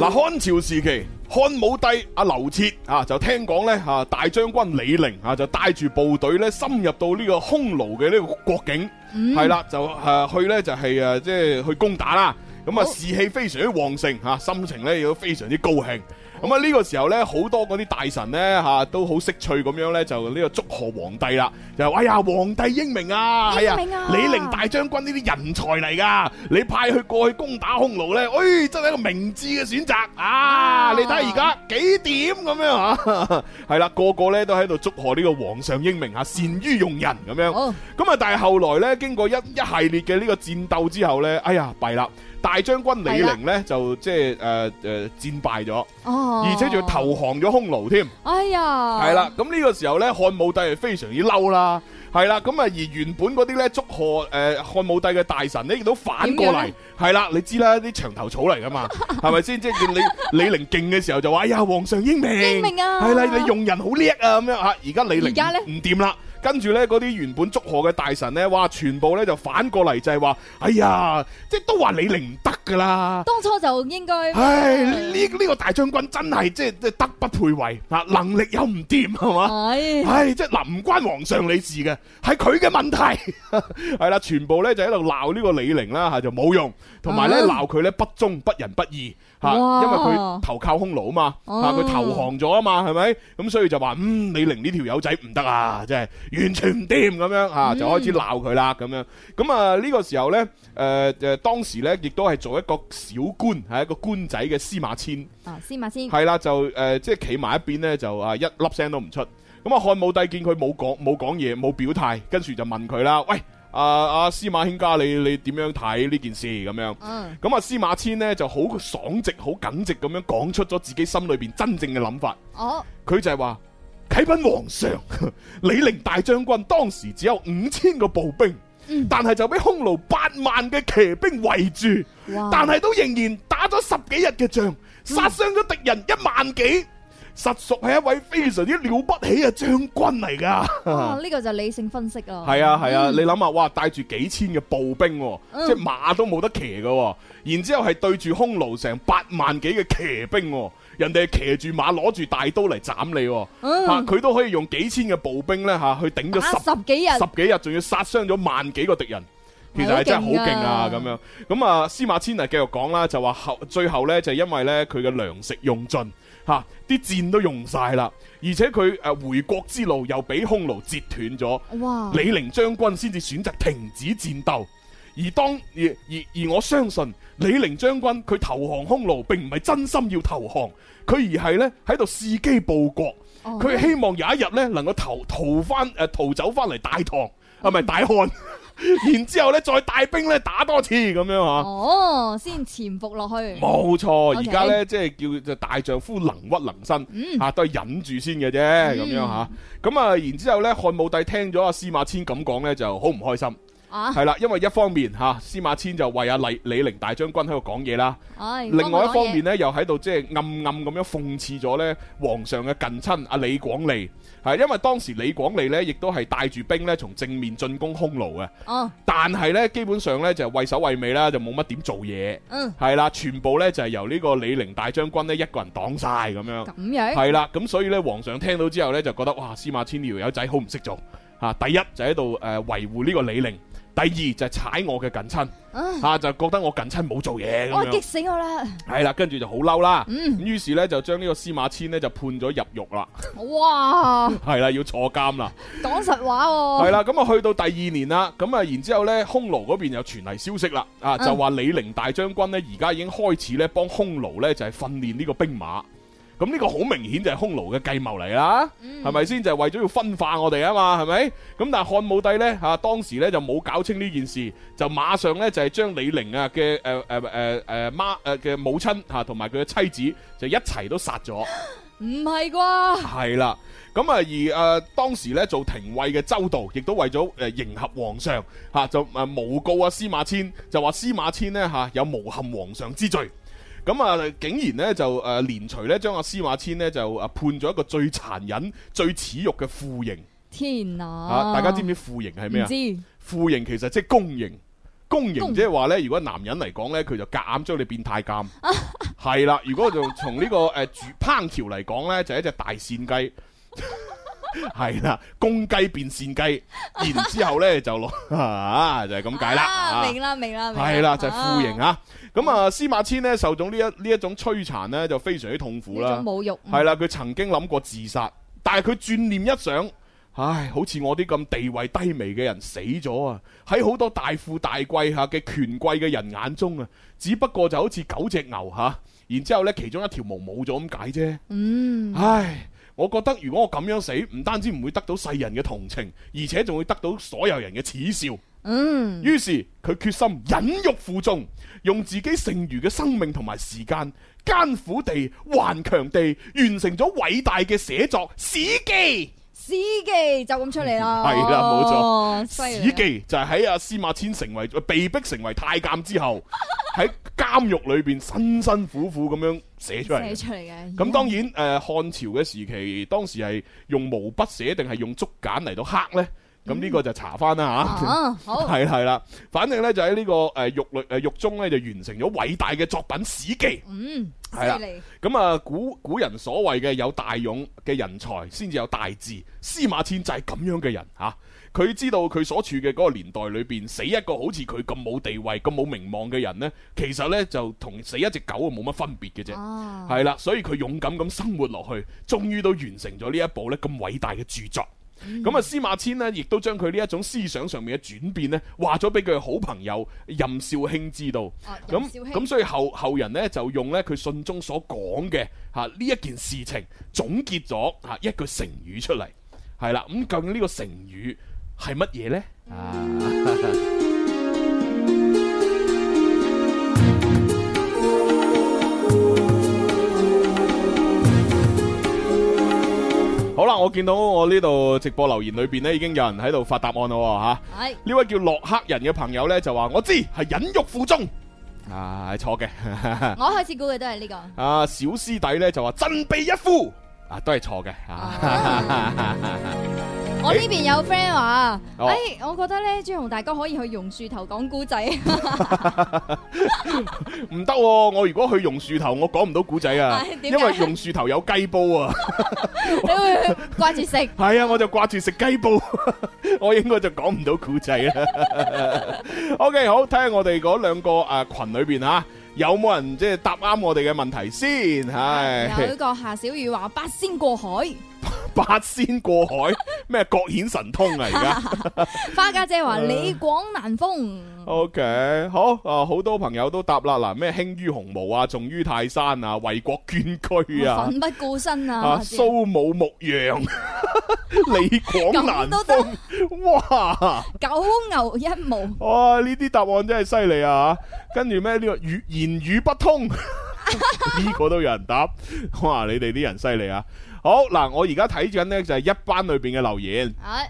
嗱，漢朝時期，漢武帝阿劉徹啊，就聽講呢，啊，大將軍李陵啊，就帶住部隊呢，深入到呢個匈奴嘅呢個國境，嗯係啦、就誒、啊去呢，就係、誒即係去攻打啦。咁啊，士氣非常之旺盛嚇、啊心情呢亦都非常之高興。咁啊，呢個時候呢，好多嗰啲大臣呢，嚇、都好識趣咁樣呢，就呢個祝賀皇帝啦，就話哎呀，皇帝英明啊，係英明啊李陵大將軍呢啲人才嚟噶，你派佢過去攻打匈奴呢，哎，真係一個明智嘅選擇啊！你睇下而家幾點咁樣啊？ 係啦，個個呢都喺度祝賀呢個皇上英明啊，善於用人咁樣。咁啊，但係後來呢，經過一一系列嘅呢個戰鬥之後呢，哎呀，弊啦！大將軍李陵呢，就即係誒誒戰敗咗，哦而且仲要投降咗匈奴添。哎呀，系啦，咁呢個時候呢，漢武帝係非常之嬲啦，係啦，咁啊而原本嗰啲呢，祝賀诶漢武帝嘅大臣呢，亦都反過點樣嚟呢，係啦，你知啦，啲牆頭草嚟噶嘛，係咪先？即係你李陵勁嘅時候就話，哎呀，皇上英明，英明啊係啦，你用人好叻啊，咁樣吓，而家李而家呢陵唔掂啦。跟住呢，嗰啲原本祝賀嘅大臣呢，哇，全部呢就反過嚟就係話：哎呀，即係都話李寧唔得㗎啦。當初就應該唉，呢呢個大將軍真係即係即係德不配位啊，能力又唔掂係嘛？係唉，即係嗱，唔關皇上你事嘅，係佢嘅問題。 係啦，全部咧就喺度鬧呢個李寧啦嚇，就冇用，同埋咧啊鬧佢咧不忠不仁不義嚇，哇因為佢投靠匈奴啊嘛，嚇哦佢投降咗啊嘛，係咪？咁所以就話嗯李寧呢條友仔唔得啊，真係完全唔掂咁樣嚇，嗯就開始鬧佢啦咁樣。咁啊呢個時候咧誒誒當時咧亦都係做一個小官，係一個官仔嘅司馬遷。啊，司馬先係啦，就誒、呃即係企埋一邊咧，就啊一粒聲都唔出。咁啊，漢武帝見佢冇講冇講嘢，冇表態，跟住就問佢啦：，喂，啊啊司馬卿家，你你點樣睇呢件事咁樣？嗯咁啊，司馬遷呢就好爽直、好耿直咁樣講出咗自己心裏邊真正嘅諗法。哦，佢就係話：啟稟皇上， 李陵大將軍當時只有五千個步兵，但係就俾匈奴八萬嘅騎兵圍住哇，但係都仍然打咗十幾日嘅仗，殺傷咗敵人一萬幾。實屬係一位非常之了不起嘅將軍嚟哇，㗎。呢個就理性分析啦。係啊係啊，嗯你諗下，哇，帶住幾千嘅步兵喎，嗯即係馬都冇得騎嘅喎，然之後係對住匈奴成八萬幾嘅騎兵喎，人哋係騎住馬攞住大刀嚟斬你喎，嗯嚇佢都可以用幾千嘅步兵咧嚇去頂咗打十十幾日十幾日，仲要殺傷咗萬幾個敵人。其實係好係真係好勁勁啊啊！咁樣咁啊，司馬遷啊繼續講啦，就話後最後呢，就因為呢，佢嘅糧食用盡嚇，啲箭都用晒啦，而且佢誒回國之路又俾匈奴截斷咗。哇李陵將軍先至選擇停止戰鬥。而當而而而我相信李陵將軍佢投降匈奴並唔係真心要投降，佢而係呢喺度伺機報國，哦佢、希望有一日呢能夠逃逃翻誒逃走翻嚟大唐啊，唔係大漢， 然之後呢再帶兵呢打多次咁樣啊。哦，先潛伏落去。冇錯，而 OK 家呢，即係叫做大丈夫能屈能伸，嗯啊都係忍住先嘅啫，咁樣嗯吓。咁啊，然之後呢，漢武帝聽咗阿司馬遷咁講呢，就好唔開心。啊係啦，因為一方面吓司馬遷就為阿李李陵大將軍喺度講嘢啦，唉另外一方面，呢，又喺度即係暗暗咁樣諷刺咗呢皇上嘅近親阿李廣利，係因為當時李廣利呢，亦都係帶住兵呢，從正面進攻匈奴嘅。哦，但係咧，基本上咧就畏首畏尾啦，就冇乜點做嘢。嗯係啦，全部咧就係由呢個李陵大將軍咧一個人擋晒咁樣。咁樣係啦，咁所以咧，皇上聽到之後咧就覺得哇，司馬遷呢條友仔好唔識做嚇、啊第一就喺度誒維護呢個李陵，第二就係踩我嘅近親啊嚇、啊就覺得我近親冇做嘢咁我樣。激死我啦！係啦，跟住就好嬲啦。嗯咁於是咧就將呢個司馬遷咧就判咗入獄啦，哇，係啦，要坐監啦。講實話喎。係啦，，咁啊去到第二年啦，咁啊然之後咧，匈奴嗰邊又傳嚟消息啦，啊嗯就話李陵大將軍咧而家已經開始咧幫匈奴咧就係訓練呢個兵馬，咁呢個好明顯就係匈奴嘅計謀嚟啦，係咪先？就係為咗要分化我哋啊嘛，係咪？咁但係漢武帝咧嚇當時咧就冇搞清呢件事，就馬上咧就係將李陵啊嘅誒誒誒誒媽誒嘅母親嚇同埋佢嘅妻子就一齊都殺咗。唔係啩？係啦，咁啊而誒、呃、當時咧做廷尉嘅周道，亦都為咗誒、呃迎合皇上嚇、就誒、呃、誣告啊司馬遷，就話司馬遷呢嚇、有誣陷皇上之罪。咁啊，竟然呢，就誒、呃連隨咧將阿司馬遷呢，就誒判咗一個最殘忍、最恥辱嘅酷刑天嚇、啊！大家知唔知酷刑係咩啊唔？知酷刑其實即係公刑，公公刑即係話呢，如果男人嚟講呢，佢就夾硬將你變太 監。係啦，如果就從呢、個誒、呃煮烹調嚟講呢，就係一隻大 扇雞。係啦，公雞變扇雞，然之後咧就攞 啊，就係咁解啦。啊明啦明啦明係啦，就係酷刑啊！咁啊，司馬遷呢，受到呢一呢一種摧殘呢，就非常之痛苦啦。呢種侮辱係啦，佢曾經諗過自殺，但係佢轉念一想，唉，好似我啲咁地位低微嘅人死咗啊！喺好多大富大貴下嘅權貴嘅人眼中啊，只不過就好似九隻牛吓，然之後咧其中一條毛冇咗咁解啫。嗯，唉，我覺得如果我咁樣死，唔單止唔會得到世人嘅同情，而且仲會得到所有人嘅恥笑。嗯，於是佢決心忍辱負重，用自己剩餘嘅生命同埋時間，艱苦地、頑強地完成咗偉大嘅寫作《史記》。史記就咁出嚟啦。 係啦，冇錯，哦犀《利啊史記》就係喺阿司馬遷成為被逼成為太監之後，喺監獄裏邊辛辛苦苦咁樣寫出嚟嘅。寫出嚟嘅咁當然誒、呃、漢朝嘅時期，當時係用毛筆寫定係用竹簡嚟到刻呢？咁呢個就查翻啦嚇。哦好 係係啦，反正呢，就喺呢個誒獄裏呃誒獄中呢，就完成咗偉大嘅作品《史記》。嗯，係啦犀利，咁啊古古人所謂嘅有大勇嘅人才，先至有大智。司馬遷就係咁樣嘅人吓，啊佢、知道佢所處嘅嗰個年代裏邊，死一個好似佢咁冇地位、咁冇名望嘅人呢，其實呢就同死一隻狗啊冇乜分別嘅啫。哦係啦、所以佢勇敢咁生活落去，終於都完成咗呢一部呢咁偉大嘅著作。嗯咁啊，司馬遷呢，亦都將佢呢一種思想上面嘅轉變呢，話咗俾佢嘅好朋友任少卿知道。哦任咁哦少卿咁，所以後後人呢，就用呢佢信中所講嘅嚇呢一件事情總結咗嚇一句成語出嚟，係啦。咁究竟呢個成語係乜嘢呢？ 啊，好啦，我見到我呢度直播留言裏邊呢，已經有人喺度發答案啦喎嚇。係呢位叫洛克人嘅朋友呢，就話：我知係忍辱負重。啊，係錯嘅。 我開始估嘅都係呢個。啊，小師弟咧就話振臂一呼，啊都係錯嘅啊。我呢邊有 friend 話，哦诶，我覺得咧朱紅大哥可以去榕樹頭講 古仔， 唔得喎，我如果去榕樹頭，我講唔到古仔 啊係，哎點因解為榕樹頭有雞煲 啊。你會掛 住食。係啊，我就掛住食雞煲， 我應該就講唔到古仔啦。OK，好， 睇下我哋嗰兩個啊群裏邊啊，有冇人即係答啱我哋嘅問題先？啊有呢係個夏小雨話八仙過海，八仙過海，咩各顯神通啊！而家。 花家 姐話哎李廣難風。 O、k 好啊，好多朋友都答啦，嗱咩輕於鸿毛啊，重於泰山啊，為國捐軀啊， 奮不顧身啊！啊咁蘇武牧羊， 李廣南都得， 哇！九牛一毛，哇！呢啲答案真係犀利啊！跟住咩呢個語言語不通， 呢個都有人答。哇！你哋啲人犀利啊！好嗱，我而家睇緊呢就係一班裏邊嘅留言，啊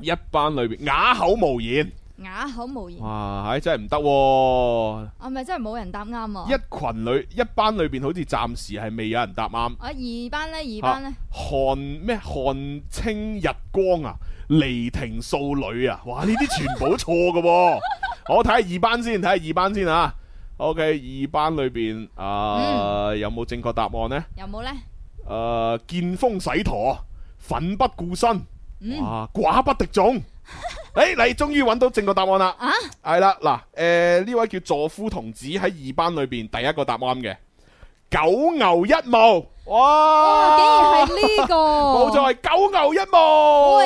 一班裏邊啞口無言。啞口無言，哇！唉，真係唔得喎。啊咪真係冇人答啱啊！一群裏一班裏邊好似暫時係未有人答啱。啊二班咧，二班咧啊，漢咩漢清日光啊，離亭素女啊，哇！呢啲全部錯 嘅喎。我睇下二班先，睇下二班先啊。OK，二班裏邊啊嗯有冇正確答案呢？有冇咧？誒、呃見風使舵，奮不顧身，嗯哇！寡不敵 眾。誒，你終於揾到正確答案啦！啊係啦，嗱，誒呢位叫助夫童子喺二班裏邊第一個答案嘅九牛一毛，哇！哇竟然係呢個冇錯，係九牛一毛。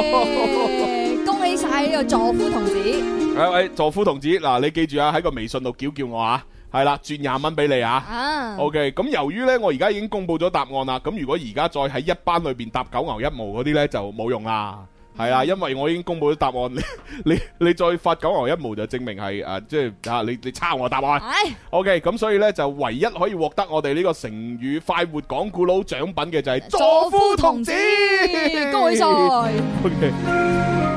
喂，恭喜晒呢個助夫童子，誒喂，助哎夫同志，嗱你記住啊，喺個微信度叫叫我啊，係啦，轉廿蚊俾你啊啊。 OK，咁由於呢，我而家已經公布咗答案啦，咁如果而家再喺一班裏邊答九牛一毛嗰啲呢，就冇用啦。係嗯啊，因為我已經公布咗答案， 你你你再發九牛一毛就證明係誒，即係啊，你你抄我答案唉。 OK，咁所以呢，就唯一可以獲得我哋呢個成語快活講古佬獎品嘅就係助夫同志，恭喜晒， OK，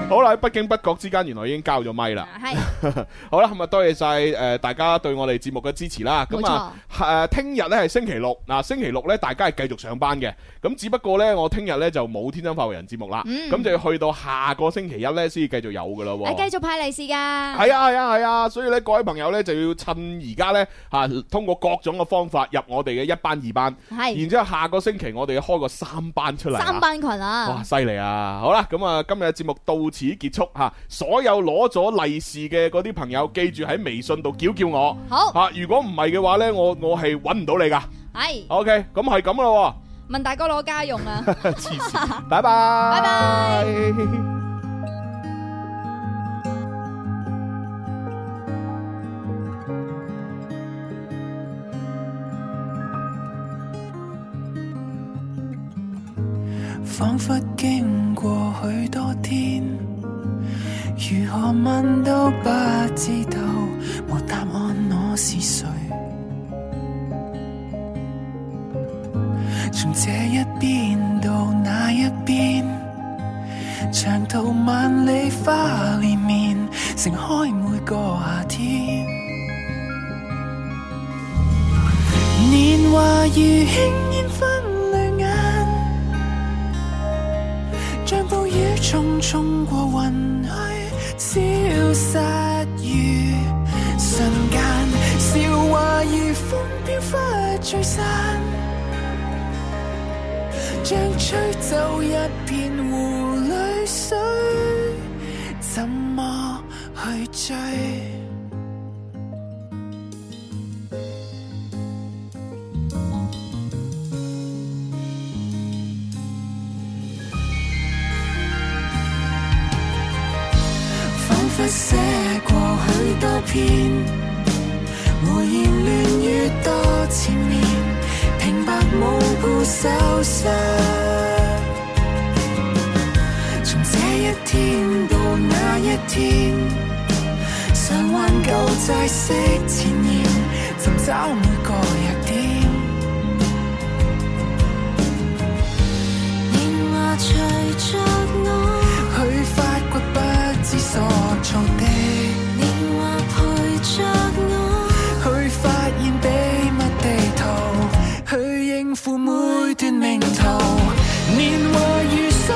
好啦，喺不經不覺之間，原來已經交咗咪啦。啊係 好啦，咁啊，多謝晒誒大家對我哋節目嘅支持啦。咁啊，誒聽日咧係星期六，嗱星期六咧大家係繼續上班嘅。咁只不過咧，我聽日咧就冇天生發育人節目啦。嗯咁就要去到下個星期一咧先至繼續有噶啦喎。誒啊繼續派利是噶，係啊係啊係啊，所以咧各位朋友咧就要趁而家咧嚇，通過各種嘅方法入我哋嘅一班二班，係然之後下個星期我哋開個三班出嚟啊，三班群啊哇，，犀利啊！好啦，咁啊，今日嘅節目到此結束吓，所有攞咗利是嘅嗰啲朋友，記住喺微信度叫叫我。嗯好吓，如果唔係嘅話呢，我我係揾唔到你噶。係 OK，咁係咁啦問大哥攞家用啊！喎，黐線，拜拜，拜拜。仿佛經過許多天，如何問都不知道，沒答案我是誰。從這一邊到那一邊，長途萬里花連綿，盛開每個夏天。年華如輕煙分淚眼，像暴雨重重過雲去，消失於瞬間。笑話如風飄忽聚散，像吹走一片湖裏水，怎麼去追？仿佛寫過許多篇，胡言亂語多纏綿，平白無故受傷。從這一天到那一天，償還舊債息前言，尋找每個弱點。年華隨着我，去發掘不知所措的年華陪着我，去發現秘密地圖，去應付每段命途。年華如水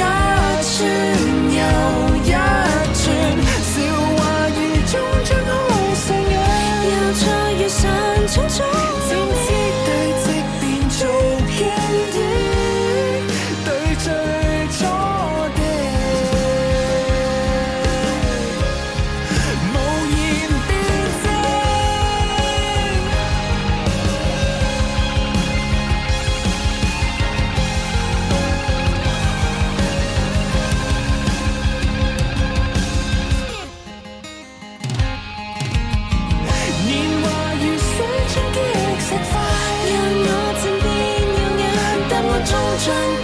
一串又一串，笑話如終將開上眼。又再遇上種種怎知對直變做經典，對最初的無言辯證。年華如水衝擊石塊，讓我漸變耀眼，答案終將都